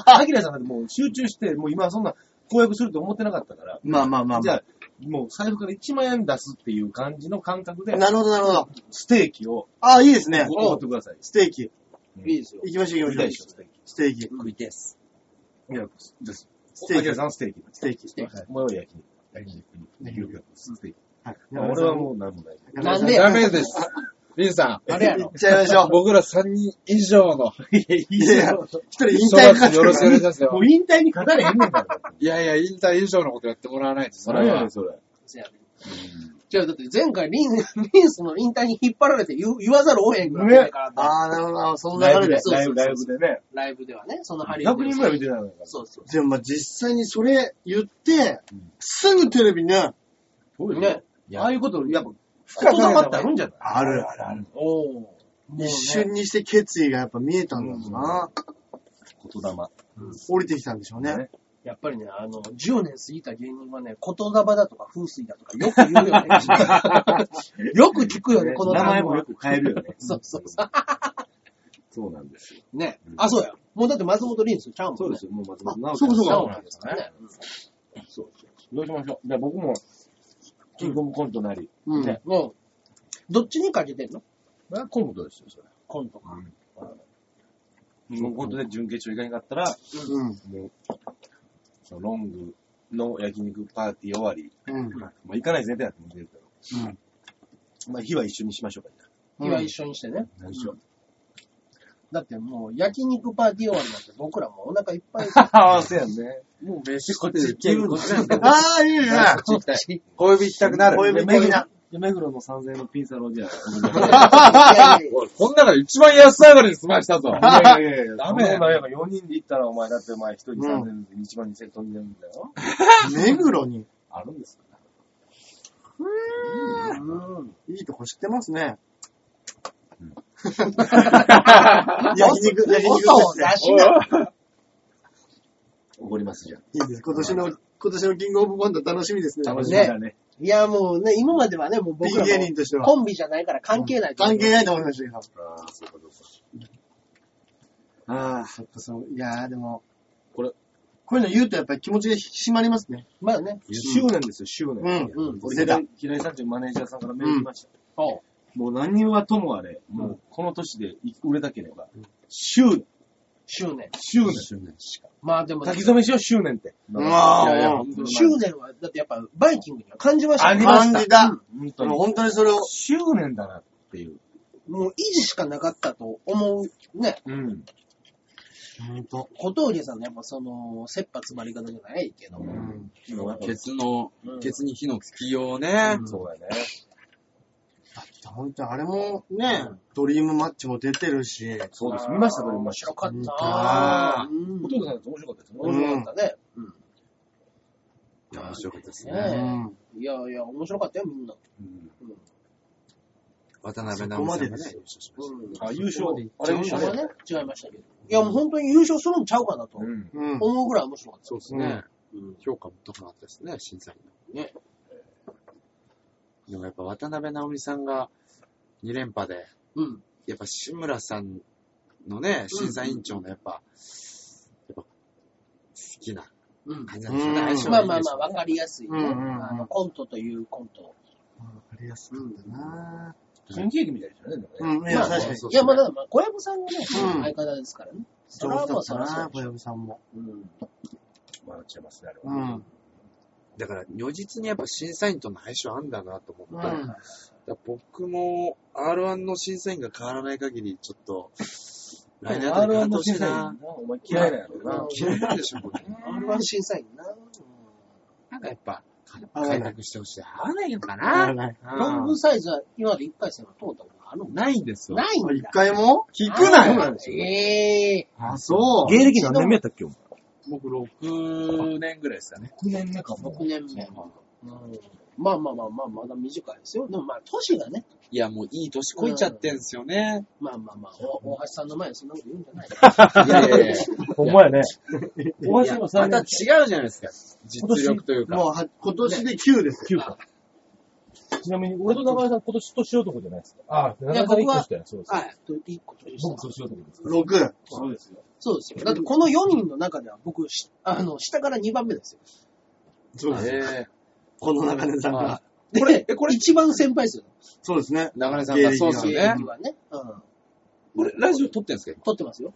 S4: アキラさんなんてもう集中して、もう今はそんな公約すると思ってなかったから。
S6: まあまあまあ
S4: じ
S6: ま
S4: ゃあ、もう財布から1万円出すっていう感じの感覚で
S6: あ。、なるほど、なるほど。
S4: ステーキを
S6: ああ、いいですね。
S4: おごってください。
S6: ステーキ。
S4: うん
S2: いいですよ。
S6: 行きましょう、行
S4: 食い
S6: きま
S4: たい
S6: しょ
S4: でし
S6: う
S4: ょ、。ステーキ。
S6: ステーキ。
S7: 食いてえっす。
S4: いや、です。
S6: ステーキ
S4: アキラさんはステーキ。
S6: ステーキ。
S2: で
S4: お前は焼肉。焼肉。焼肉。ステーキ。
S6: はい。
S4: 俺はもう何もない。
S2: なんで
S3: ダ
S2: や
S3: メです。リンさ
S2: あれや
S6: 行
S2: ろ
S6: っ。ちゃいましょ (laughs) う。
S3: 僕ら3人以上の
S6: いやいや、一人引
S3: 人
S6: 退かか
S3: が
S6: っ
S3: よろしくお
S6: て
S3: 願
S6: る
S3: いします
S4: も
S3: よ。
S4: う引退に語れへんねんから。
S3: いやいや、引退以上のことやってもらわないと、 (laughs) それは。
S4: それ。
S2: せやねじゃあ、だって前回リン、 (laughs) リンスの引退に引っ張られて言う言わざるを得へんぐらいからな、
S6: ああ、なるほど。そんな
S4: ライ
S6: 流
S4: ブ
S6: れで
S4: で。、
S2: そう
S4: ライブライブでね。
S2: ライブではね、そのハリウッド
S4: 100人ぐらい見てたのから。
S2: そうそう。
S6: でもまあ実際にそれ言って、すぐテレビね。
S4: そうよ
S2: ね。
S4: ああいうこと、やっぱ、
S2: 言
S4: 言
S2: 霊
S4: 霊
S2: っ
S4: ってて
S2: あ
S4: あ
S2: る
S4: る
S2: ん
S4: んじゃない
S6: あるあるある。
S2: おお。もうね
S6: 一瞬にして決意がやっぱ見えたんだろうな。
S4: 言霊。
S6: 降りてきたんでしょうね。
S4: ね
S2: やっぱりね、あの、10年過ぎた芸人はね、言霊だとか風水だとかよく言うよね。よく聞くよね、この
S4: 名前
S2: 単語。
S4: もよく変える (laughs) よね
S2: そうそうそ
S4: そうなんですよ。
S2: う。ね
S4: う。ん
S2: あ、そうや。もうだって松本リンスちゃうもんね。
S4: そうです
S2: よ。
S4: よ。もう松
S6: あ
S4: 本直樹
S6: そうか
S2: ちゃうもで
S4: 直樹なんん
S6: そうか
S4: ですす
S2: か
S4: からら
S2: ね
S4: ね。。そうそう。どうしましょう。じゃあ僕も、キングオブコントなり。
S6: うん。
S4: ね
S2: もう、どっちにかけてんの
S4: まあコントですよ、それ。
S2: コントか。
S4: キングオブコントで準決勝いかへんかったら、
S6: うん。
S4: もう、そのロングの焼肉パーティー終わり。
S6: うん。
S4: まあ行かない前提だっても出るけど。
S6: うん
S4: まあ日は一緒にしましょうか。
S2: 日は一緒にしてね。
S4: 何しよう。
S2: だってもう、焼肉パーティー終わりなんて僕らもうお腹いっぱいですよ。
S4: (laughs) ああ、そうやんね。
S3: もう飯こっち行ける
S6: ああ、いいね。
S3: 小指行きたくなる。
S6: 小指
S4: 目
S6: 的
S4: 黒
S6: な。
S4: 目黒の3000円のピンサロじゃ
S3: おいこんなの一番安上がりに済ましたぞ。
S4: あ。いやいやいや、
S3: ダ
S4: ダ
S3: メ
S4: メだよ。4人で行ったら、お前、だってお前、1人3000円で1万2000円飛んでるんだよ。
S6: 目黒に。
S4: あるんですか
S2: うん。
S6: いいとこ知ってますね。 (laughs)
S4: うん
S6: 焼肉、焼肉
S2: 音を
S6: と
S2: 出
S6: して。
S2: しな。
S4: 怒りますじゃん。
S6: いいです。今年の、今年のキングオブコント楽しみですね。
S4: 楽しみだね。
S2: いや、もうね、今まではね、もう僕
S6: ピ
S2: らも
S6: ン芸人としては。
S2: コンビじゃないから関係ないと思う。
S6: 関係ないと思いましたけ
S4: ああ、
S6: ど。
S4: そうかそうか。
S6: ああ、そっかそう。いやーでも、
S4: これ、
S6: こういうの言うとやっぱり気持ちが引き締まりますね。
S2: まあね。
S4: 執念ですよ、執念。
S6: うん
S2: うん
S4: 俺平井、平井さんというマネージャーさんからメール来ました。
S2: そ
S4: もう何はともあれ、もうこの年で売れたければ、執念、
S2: う。執念。
S4: 執念。
S2: まあでも、
S4: 書き初めしよう、執念って。
S6: うんあ
S4: いやいや
S6: あ、
S4: 本当に
S2: 執念は、だってやっぱ、バイキングには感じました
S4: ありま
S6: 感
S4: した
S6: じだ。
S4: 本当に。
S6: 本当にそれを、
S4: 執念だなっていう。
S2: もう維持しかなかったと思う。ね。
S4: うん。
S6: 本当。
S2: 小峠さんのやっぱその、切羽詰まり方じゃないけど。
S6: うん
S3: ケツの
S2: うん、
S3: ケツに火のつきようね。
S4: そうだね。
S6: だって本当にあれもね、ドリームマッチも出てるし、
S4: そうです。見ました、これ
S2: 面
S4: 面
S2: 白
S4: 白
S2: かった
S6: あ
S2: なうん
S4: お父さん面白かったですね。
S2: 面白かったね。
S3: いや面白かったです
S2: ね
S3: ね。
S2: いやいや、面白かったよ、みんな。
S3: 渡辺直美さんがね
S6: そこまでです。
S2: うん
S4: あ、優勝。あ
S2: 優勝はね、違いましたけど。いや、もう本当に優勝するんちゃうかなと
S4: うん。
S6: うん。うん。
S2: 思うぐらい面白かった。
S3: そうですね。評価も高かったですね、審査員の。
S2: ね
S3: でもやっぱ渡辺直美さんが2連覇で、
S2: うん。
S3: やっぱ志村さんのね、審査委員長のやっぱ、やっぱ好きな
S2: うん。
S3: 感じなんですよね
S6: うん
S3: 相性
S2: まあ
S3: がいい
S2: まあ
S3: でし
S2: まあ、
S3: ょ
S2: わかりやすいね。
S6: うんうんうん
S2: あのコントというコント。
S6: わかりやすかったな
S4: 新喜劇みたいでしたね、でもね。
S6: うん、いや、
S2: まあ
S6: 確かに。
S3: そう
S2: いや、まあだからまあ、小籔さんがね、
S6: うん
S2: 相方ですからね。それ
S6: 上
S2: は
S6: 手だ
S2: もう
S6: った
S2: そらそう
S6: な小籔さんも。
S2: うん。
S4: 笑っちゃいますね、あれ
S6: う
S4: は。
S6: ん。
S3: だから、如実にやっぱ審査員との相性あんだなと思って、
S2: うん
S3: だから僕も R1 の審査員が変わらない限り、ちょっと、来年あたり変わってほしいな。
S4: お前嫌いなんやろな。
S3: 嫌いなんでしょ、僕ね。
S2: R1 審査員な。
S3: なんかやっぱ、
S6: ない
S3: 開拓してほしい。合わないのか
S6: 合
S3: な
S6: わない
S2: ロン
S3: う
S2: グ
S3: ん
S2: サイズは今まで1回戦が通ったことあるの
S3: ないんですよ。
S2: ないん
S6: 一
S2: だ。
S6: 回も
S3: 聞くなよ
S2: ええ
S3: あ、そう。
S8: 芸歴何年目やったっけお前
S3: 僕6年ぐらいですかね。
S4: 6年目か
S2: ー、6年目。うんまあまあまあまあ、まだ短いですよ。でもまあ、年がね、
S3: いや、もういい年こいちゃってんすよね。
S2: まあまあまあ、お大橋さんの前でそんなこと言うんじゃない
S3: いやいやいや。
S8: ほんまやね。
S4: 大
S3: いや
S4: 橋も
S3: ま
S4: さん
S3: た違うじゃないですか。実力というか。
S6: もうは、今年で9です。
S8: 9か。ちなみに、俺と中井さん今年年男じゃないですか。ああ、中
S2: や
S8: 井さん1
S2: 僕
S8: 個
S2: は
S8: したよ。そうです。
S2: はい。と一個年下
S8: 僕年男です。
S6: 6。
S8: そうですよ。
S2: そうですよ。だってこの4人の中では僕、しあの、下から2番目ですよ。
S6: そうです。
S3: え
S6: この中根さん
S3: は
S6: が。
S2: これ、これ一番先輩ですよ。
S6: そうですね。
S3: ー、中根さんがそうっす
S2: 現
S3: よ
S2: 役
S3: ね。
S2: はね。うん。
S3: これ、ラジオ撮ってんすか
S2: 撮ってます
S3: (laughs)
S2: よ。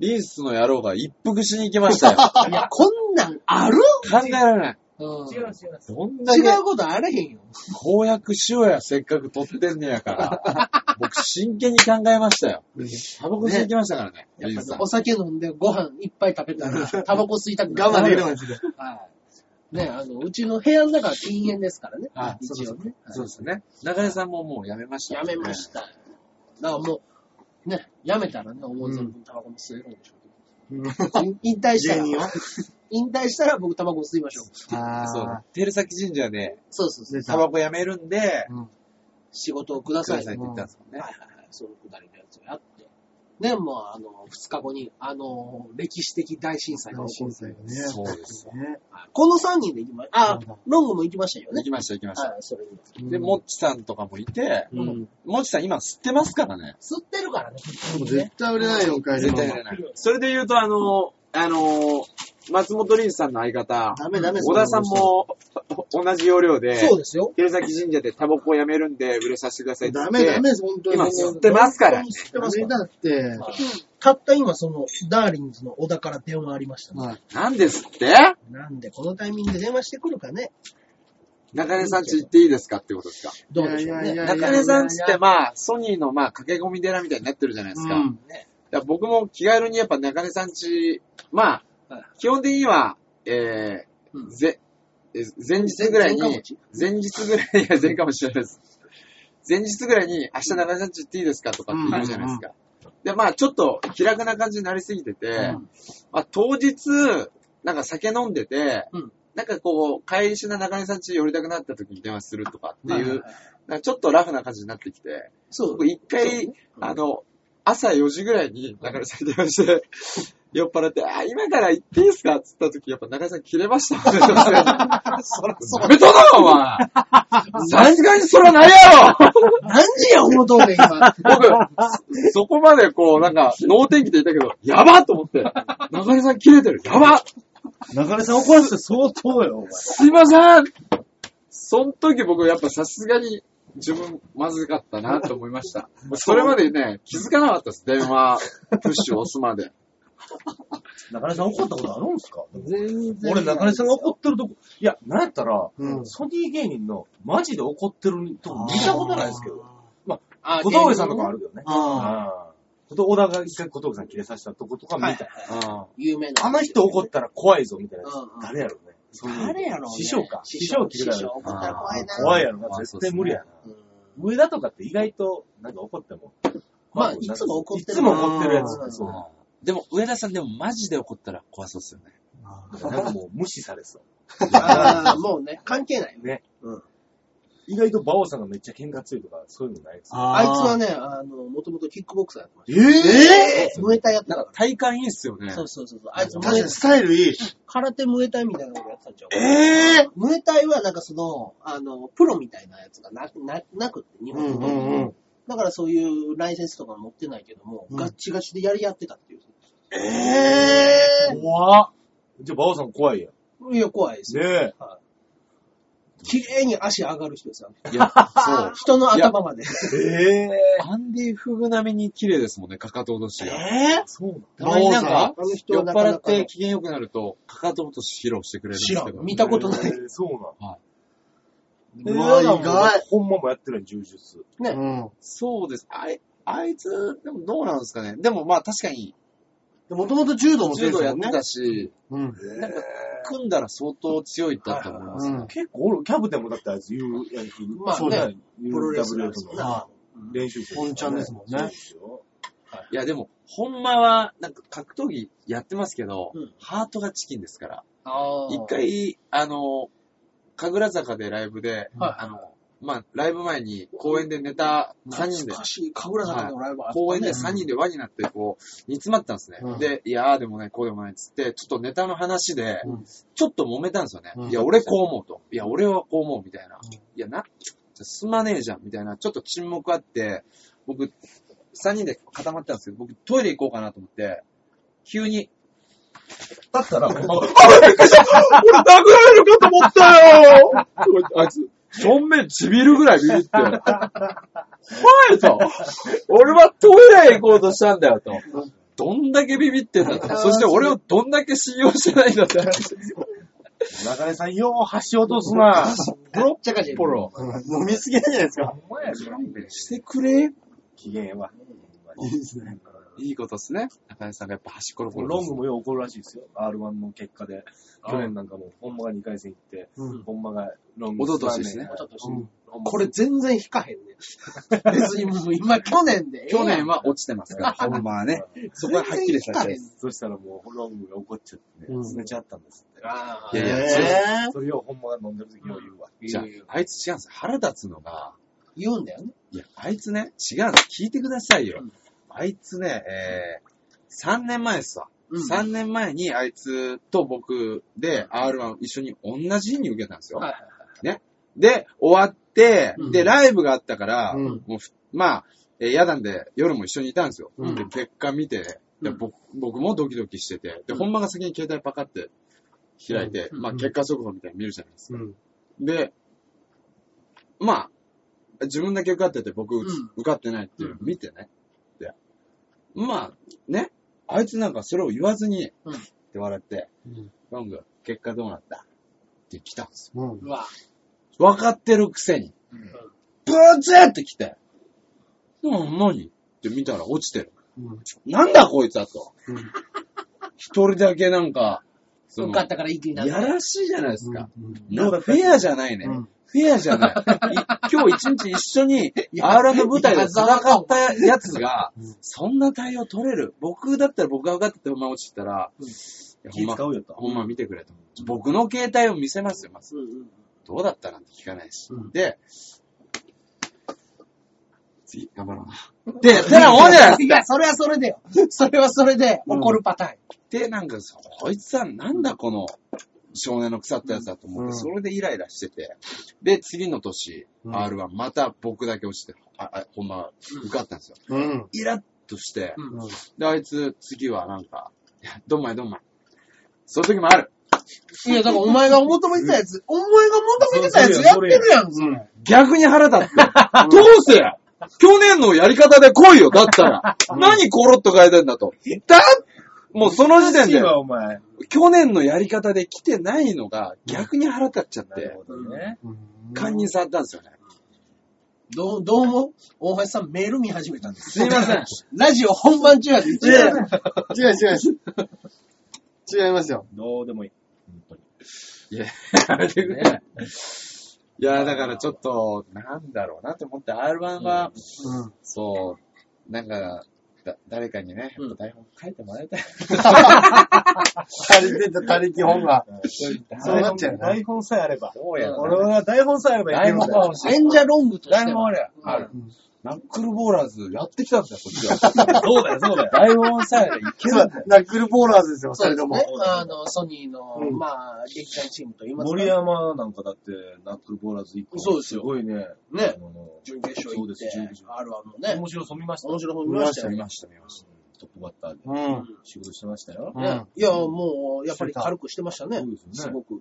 S3: リンスの野郎が一服しに行きましたよ。
S2: (laughs) いや、こんなんある
S3: 考えられない。
S2: うん。違う、
S3: どんだけ
S2: ことあれへんよ。
S3: 公約しようや、せっかく撮ってんねや (laughs) から。僕、真剣に考えましたよ。タバコ吸いに行きましたからね、
S2: やっ
S3: リ
S2: ぱ
S3: ンスさ
S2: ね
S3: ん
S2: お。酒飲んでご飯いっぱい食べたら、タバコ吸いたくなる
S6: 我慢できなかったですね。
S2: はい。ね、あの、うちの部屋の中は禁煙ですからね。
S3: あ
S2: 一応ね。
S3: そうですね。中根さんももうやめました、
S2: やめました。だからもう、ね、やめたらね、思いつ分タバコも吸えるんでしょうけど。 (laughs) 引引退したら
S6: 芸人を、
S2: 引退したら僕タバコ吸いましょう。
S6: あ
S3: そう
S6: ー
S3: だ。照崎神社で、
S2: そうそうそう。
S6: 出
S3: タ
S6: た。
S3: バコやめるんで、
S2: 仕事をくだ
S3: く
S2: さ
S3: だ
S2: い。
S3: さい
S2: は
S3: っ
S2: い
S3: て言ったんですもんね。
S2: はいはい。そのくだりのやつをやって。ね、もうあの、二日後に、あの、歴史的大震災が
S6: 大
S2: 起こ
S6: 震
S2: る。
S6: 災がね。
S3: そうです。
S6: ね。
S2: この三人で行きました。あ
S6: そうだ、
S2: ロングも行きましたよ
S3: 行
S2: ね。
S3: きました、行きました。
S2: はい、それに。
S3: で、モッチさんとかもいて、
S6: うん、
S3: モッチさん今吸ってますからね。
S2: 吸ってるからね。
S6: もう絶対売れないよ、お帰り
S3: 絶対やれない。 (laughs) それで言うと、あの、あの、松本凛さんの相方、
S6: ダメダメ。
S3: 小田さんも同じ要領で、
S2: そうですよ。
S3: 照崎神社でタバコをやめるんで売れさせてくださいって言
S6: ダ
S3: って。
S6: メダメ、本当に。
S3: 今吸ってますから。
S2: 吸って
S6: ダ
S2: ます
S6: メ
S2: から
S6: だって。
S2: たった今、その、ダーリンズの小田から電話ありましたね。
S6: まあ、
S3: なんですって
S2: なんで、このタイミングで電話してくるかね。
S3: 中根さんち行っていいですかってことですか。
S2: どうでしょう
S6: いやい
S2: ね
S6: やい。や
S3: 中根さんちってまあ、ソニーのまあ、駆け込み寺みたいになってるじゃないですか。
S6: うん
S3: だから僕も気軽にやっぱ中根さんち、まあ、
S2: はい
S3: 基本的には、えー
S2: うん
S3: ぜえ前日ぐらいに、
S2: 前日
S3: 前日ぐらい、いや、前かもしれないです。前日ぐらいに、明日中根さんち行っていいですかとかって言うじゃないですか。で、まあ、ちょっと気楽な感じになりすぎてて、まあ、当日、なんか酒飲んでて、
S2: うん
S3: なんかこう、帰りしな中根さんち寄りたくなった時に電話するとかっていう、
S2: はいはい
S3: なんかちょっとラフな感じになってきて、
S2: そう
S3: 僕。一回、あの、朝4時ぐらいに中根さんに電話して、酔っ払って、あ、今から行っていいですかって言った時、やっぱ中根さん切れ
S2: (laughs)
S3: ましたもんね。そらそう。ダメだな、お前さすがにそれはないやろ
S2: 何時や、思うとんねん、今。
S3: 僕、そこまでこう、なんか、脳天気でいたけど、やばっと思って、中根さん切れてる、やばっ
S8: 中根さん怒らせて相当よ、お前。
S3: すいませんその時僕やっぱさすがに自分まずかったなと思いま (laughs) した。それまでね、気づかなかったです。電話、プッシュ押すまで。
S8: 中根さん怒ったことあるんですか
S6: 全然。
S8: 俺、中根さんが怒ってるとこ、いや、なんやったら、
S6: うん
S8: ソニー芸人のマジで怒ってるとこ見たことないですけど、
S2: あ
S8: 小峠さんとかあるけどね。
S6: ああ。
S8: ああ。小小田が一回小峠さん切れさせたとことか見た。
S2: はい
S3: あ
S2: 有名な。
S8: あの人怒ったら怖いぞ、みたいなやつ。
S2: うんうん
S8: 誰やろね。そういう
S2: 誰やろうね
S8: 師匠か。
S2: 師
S8: 師
S2: 匠
S8: 匠
S2: 師
S8: 切れられ
S2: 匠
S8: る。
S2: 怒ったら怖いな。
S8: 怖いやろ
S3: まあ
S8: な。絶対無理やな。
S2: うん
S8: 上田とかって意外と、なんか怒っても。
S2: まあ、いつも怒ってる。
S8: いつも怒ってるやつ
S2: う。ん
S8: そう。
S3: でも、上田さんでもマジで怒ったら怖そうですよね。
S8: なんかもう無視されそう。
S2: ああ、もうね、関係ない。
S8: ね。
S2: うん
S8: 意外と馬王さんがめっちゃ喧嘩強いとか、そういうのないです。
S2: あいつは
S6: ね。
S2: ね、あの、もともとキックボクサーやってまし
S6: ええ
S2: た。ムエタイやってた
S3: なん
S2: か
S3: か体感いいっすよね
S2: ら。。そうそうそうそう。あいつ、
S6: 確
S2: ム
S6: か
S2: エ
S6: にスタイルいい。
S2: 空手ムエタイみたいなことやってたんちゃうか
S6: ええ
S2: ムエタイはなんかその、あの、プロみたいなやつがなななくって、日
S6: う
S2: 本
S6: ん
S2: の、
S6: うんうん。
S2: だからそういうライセンスとか持ってないけども、
S6: うん
S2: ガッチガチでやり合ってたっていう。
S6: ええ
S8: 怖っ。じゃあ馬王さん怖いやん。
S2: いや、怖いですよ。
S8: ねえ。
S2: 綺麗に足上がる人ですよ。
S3: いや、そう。
S2: 人の頭まで。
S3: えー、アンディ・フグ並みに綺麗ですもんね、かかと落としが。
S2: え
S3: たまになん
S6: 魔
S3: か
S6: 王さんあの、人
S3: 酔
S6: は
S3: っ
S6: なか
S3: 払
S6: な
S3: っ
S6: か
S3: て機嫌良くなると、かかと落とし披露してくれるんです
S2: 知
S3: け
S2: ら
S3: ど。
S2: ん。見たことない。
S4: えーそうな
S6: う
S4: ん。
S6: わ、意外。
S4: ほんまもやってるやん、柔術。
S6: うん。
S3: そうです。あい、あいつ、でもどうなんですかね。でもまあ確かに、
S6: もともと柔道も強
S3: 柔
S6: いで
S3: 道
S6: す
S3: やっ
S6: もん
S3: て
S6: ね。
S3: たし、
S6: うん。
S3: 組んだら相当強いだと思います
S6: う
S3: ね。
S6: ん。
S4: 結構おる、キャプテンもだってあいつ、言うやんけ
S2: まあ
S6: そうだ
S2: ね、
S6: よ
S4: プ
S2: プロ
S4: ロ
S2: レ
S4: レ
S2: ス
S4: ス
S2: ラ
S4: ラ
S2: ー
S4: ー
S2: です
S4: と
S2: もん
S4: か
S2: ね
S4: ね。練習生
S6: 本ちゃんですもんね
S4: そうですよ
S3: いやでも、ほんまは、なんか格闘技やってますけど、
S2: うん
S3: ハートがチキンですから。
S2: あー
S3: 一。回、あの、神楽坂でライブで、
S2: はい
S3: あの、まあ、ライブ前に公園でネタ3人で
S2: 懐、かしい。神楽坂のライブあったね
S3: 公園で3人で輪になって、こう、煮詰まったんですね。
S6: うん
S3: で、いや、ああでもない、こうでもないっつって、ちょっとネタの話で
S6: うん、
S3: ちょっと揉めたんですよね。
S6: うん
S3: いや、俺こう思うと。いや、俺はこう思う、みたいな。
S6: うん
S3: いや、な、進まねえじゃん、みたいな。ちょっと沈黙あって、僕、3人で固まってたんですけど、僕、トイレ行こうかなと思って、急に、
S8: だったら、ほんま
S3: 俺殴られるかと思ったよあいつ、正面ちびるぐらいビ
S6: (laughs)
S3: ビって。お前と、俺はトイレ行こうとしたんだよと。どんだけビビってんだと。そして俺をどんだけ信用してないんだって。
S4: 中根さん、よう箸落とすな。
S3: ポロッポロ。
S6: 飲みすぎなんじゃないですか。
S3: してくれ。
S4: 機嫌は。
S6: いいですね。
S3: いいことですね。中根さんがやっぱ端っこの頃。
S4: ロングもよう怒るらしいですよ。R1 の結果で。去年なんかも、ほんまが2回戦行って、
S6: うん。
S4: ほんまがロン
S3: お
S4: グ
S3: ととしですね
S2: おととし
S6: うん
S2: これ全然引かへんね。別にもう今去年で。
S3: 去年は落ちてま
S4: (laughs)
S3: すから、ほんまはね。そこははっきりさせたいです。
S4: そしたらもう、ロングが怒っちゃってね、
S6: うん
S4: 詰めちゃったんですって。
S2: ああ。
S3: いやいや
S6: え
S4: それをほんまが飲んでる時よう言うわ。
S3: じゃあ、あいつ違うんですよ。腹立つのが、
S2: 言うんだよね。
S3: いや、あいつね、違うの、聞いてくださいよ
S2: うん。
S3: あいつね、えー、3年前っすわ。
S2: うん
S3: 3年前にあいつと僕で R1 を一緒に同じ日に受けたんですよ。
S2: はいはい
S3: で、終わって、
S2: うん
S3: で、ライブがあったから、
S6: うん
S3: もうふまあ、えー、嫌なんで夜も一緒にいたんですよ。
S6: うん
S3: で、結果見て、
S2: う
S3: で
S2: ん
S3: 僕僕もドキドキしてて、
S2: う
S3: で、
S2: ん
S3: 本番が先に携帯パカって開いて、
S2: うん
S3: まあ、結果速報みたいに見るじゃないですか。
S6: うん。
S3: で、まあ、自分だけ受かってて僕、
S2: ん
S3: 受かってないっていうの見てね。で、まあ、ね、あいつなんかそれを言わずに、
S2: うん
S3: って笑って、
S6: うん
S3: ロング、結果どうなったって来たんです
S6: うん
S2: う。わ。
S3: よ。分かってるくせに、
S2: ん
S3: ブツーって来て、うん、何って見たら落ちてる。
S6: うん
S3: なんだこいつだと。
S6: うん
S3: 一人だけなんか、その
S2: 受かったからいい気にな
S3: や
S2: って。
S3: らしいじゃないですか。
S6: うん
S3: なフェアじゃないね。
S6: うん
S3: フェアじゃない。い今日一日一緒に R1 の舞台で戦ったやつが
S6: うん、
S3: そんな対応取れる。僕だったら僕が分かっててお前落ちてたら、いやほん
S4: 気
S3: ま、
S4: 使うよと。
S3: ほんま見てくれと。僕の携帯を見せますよ、まず。
S2: うんうん。
S3: どうだったなんて聞かないし。
S6: うん
S3: で、次、頑張ろうな。 (laughs) で、てなもんじゃない
S2: いや、それはそれでよ。それはそれで怒るパターン。
S3: で、なんか、こいつはなんだこの少年の腐ったやつだと思って、
S6: うん
S3: それでイライラしてて、で、次の年、
S6: うん
S3: R1 また僕だけ落ちて、あ、あほんま、受かったんですよ。
S6: うん。
S3: イラッとして、
S2: うん
S6: うん
S3: で、あいつ、次はなんか、いやどんまいどんまい。そういう時もある。
S2: いや、だからお前が求めてたやつ、 (laughs) お前が求めてたやつやってるやん、それ。
S3: 逆に腹立って。どうせ去年のやり方で来いよ、だったら。何コロッと変えてんだと。だもうその時点
S4: いい
S3: で、
S4: わ、お前。
S3: 去年のやり方で来てないのが逆に腹立っちゃっ
S4: な
S3: て
S4: る。ほどね。
S6: うん
S3: 堪忍されたんですよね。
S2: どう、どうも、大橋さんメール見始めたんです。
S3: すいません。
S2: ラジオ本番中やで、一
S6: 違う違う
S2: 応。
S6: 違う違う違いますよ。
S4: どうでもいい。
S3: やめてくれ。いや、だからちょっと、なんだろうなって思って、R1 は、
S6: うん。
S3: そう、なんか、だ誰かにね、やっぱ台本書いてもらいたい。
S6: 足りてた、足りて本が。そうなっちゃうよね
S4: 台本さえあれば。
S3: そうや
S4: 俺は台本さえあればいけ
S3: 台
S4: るん
S3: 本
S4: だよ。
S3: が欲しい。
S2: 演者ロングとしては。
S3: 台本あれ。ある
S6: うん
S3: ナックルボーラーズやってきたんですよ、こっちは。
S4: そうだよ、そうだよ。
S3: 台本さえあればいけるんだよ。
S6: ナックルボーラーズですよ、
S2: そう
S6: 二人
S2: です
S6: とも
S2: ね。。あの、ソニーの、
S6: うん
S2: まあ、劇団チームと言いますか
S4: 森山なんかだって、ナックルボーラーズ一個。
S2: そうですよ
S4: すごいね。
S2: ね
S4: あの
S2: 準決勝行っ
S4: そうです
S2: て
S4: 準決、
S2: R1 のね
S4: 面、白そう見ましたよ。
S2: 面白い方見ましたよ
S3: 見
S2: ね。
S3: ました、見ました。
S4: トップバッターで
S6: うん。
S4: 仕事してましたよ。
S6: うん
S2: いや、もう、やっぱり軽くしてましたね
S4: そうです。よね
S2: すごく。
S8: い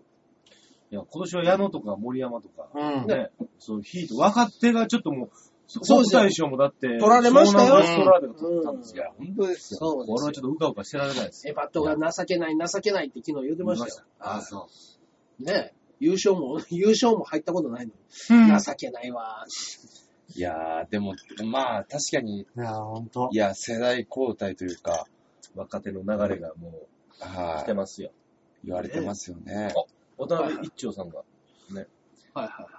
S8: や、今年は矢野とか森山とか、
S6: うん。
S8: ね、そう、ヒート、若手がちょっともう、
S2: そうですよ
S8: 大賞もだって、取
S2: られましたよ
S8: ストラーデが取ったんですよ。本当ですよ。
S2: そうで
S8: これ
S2: す
S8: はちょっとうかうかしてられないです
S2: エバットが情けない、情けないって昨日言ってましたよ。
S8: ああ、そ
S2: ねえ優勝も、 (laughs) 優勝も入ったことないの
S8: う。
S2: に。情けないわ。
S3: いやー、でも、まあ、確かに、
S6: いやー、ほんと。
S3: いや、世代交代というか、
S4: 若手の流れがもう
S3: は
S4: 来て
S3: い、
S4: ますよ。
S3: 言われてますよね。
S4: 渡辺一丁さんが、
S2: はいはいはい。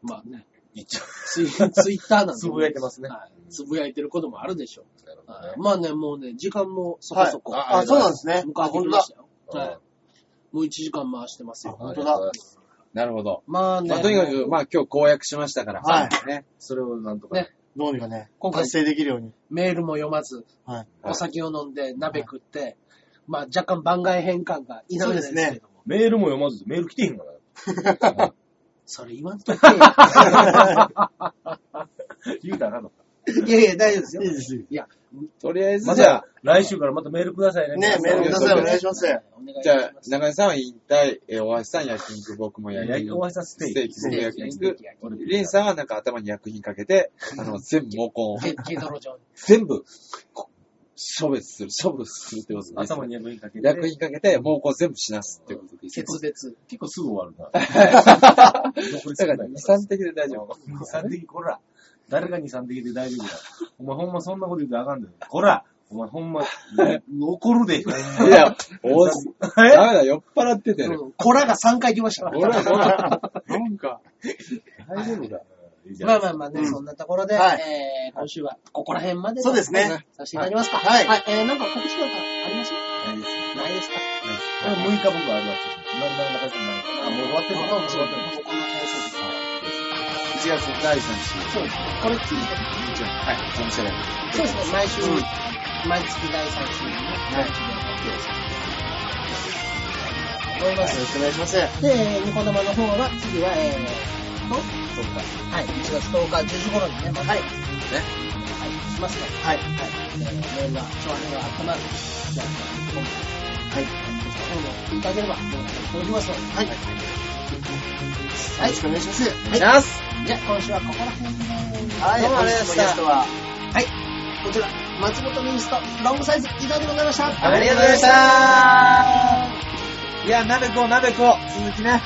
S2: まあね。
S4: 一丁、
S2: ツイツイッターなんで。
S4: つぶやいてますね。
S2: はい。つぶやいてることもあるでしょ
S4: なる
S2: う。
S4: ほど
S2: は
S4: ね
S2: いまあね、もうね、時間もそこそこ。
S4: はい
S6: あ、そうなんですね。
S2: 向
S6: あ、
S2: かって
S6: ほ
S2: き
S6: んと
S2: ま
S6: だ
S2: し。たよ。はい。もう1時間回してます
S6: あ、
S2: よ。
S6: ほんとだ。
S3: なるほど。
S2: まあね。
S3: まあ、とにかく、まあ、今日公約しましたから。。
S6: はい
S3: ね。
S4: それをなんとか、
S2: ね
S6: どうにかね、
S2: 今回
S6: 達成できるように。
S2: メールも読まず、
S6: はい
S2: お酒を飲んで、鍋食って、まあ若干番外変換が否めないですけども。
S4: メールも読まず、メール来てへんから。
S2: それ言わんといてよ。
S4: 言うたらあかんのか。
S2: いやいや、大丈夫ですよ。
S6: いいですよ。
S3: とりあえず、
S4: ま
S3: じゃあ
S4: た、、来週からまたメールくださいね。
S6: ねメールください。お願いします。
S2: お願い
S3: じゃあ
S2: し、ます。
S3: 中井さんは引退、えー大橋さん焼肉、僕も
S4: いや、
S3: 焼
S4: 焼き
S3: 肉
S4: 終わ。りさせて
S3: ステーキ、僕焼
S2: ステー
S3: 肉
S2: キ。
S3: リンさんはなんか頭に薬品かけて、あの、全部毛根を、
S2: ケケドロジョン。
S3: 全部、こ処別する、処分するってことです
S4: 頭に薬品かけて。
S3: 薬品かけて、毛根全部死なすってことでいいです
S2: 決別。
S4: 結構すぐ終わるな。残り少
S3: だ
S4: ない
S3: から、二三的で大丈夫。
S4: 二三的、こら。誰が二三的で大丈夫だ。お前ほんまそんなこと言うとあかんだよ。こら。お前ほんま、怒るで。 (laughs)
S3: いや、おダメだ、酔っ払っててね。
S2: うんコラが3回来ましたから。
S3: 俺は、
S6: なんか、
S4: 大丈夫だ。いいじゃ
S2: まあ
S4: ん
S2: まあまあね、そんなところで、
S6: はい
S2: えー、今週はここら辺までと
S6: そうですね。
S2: させていただきますか。
S6: はい
S2: はい、えー、なんか告知なんかありますないですか
S4: これ6日僕はあるわけです。なんだかんだかんだあ、もう終わってる。
S2: もう終わってます。こんな話をできた
S3: 1月第3週。
S2: そうですね。これ聞いてる
S3: はい、その世代。
S2: そうですね、毎週、毎月第3週にね、毎月で発表させていただきたいと思います。
S6: よろしくお願いします。
S2: で、えーニコ生の方は、次は、えー、と、10日。はい、1月10日10時頃にね、また、はい、ね、はい、しますね。はい、はい。えー、メールは、調和があったまる、じゃあ、今はい、そちらの方も聞いていただければ、よろしくお願いしますので。はい。はい、よろしくお願いします。はい。じゃあ、今週はここら辺で。
S6: はい、
S2: どうもあ
S6: 本
S2: りがとうございま
S6: 日のゲス
S2: した
S6: ト。は、
S2: はい、こちら、松本ミニスト、ロングサイズ、以上でございました。
S3: ありがとうございましたいや、鍋子、鍋子、続きね。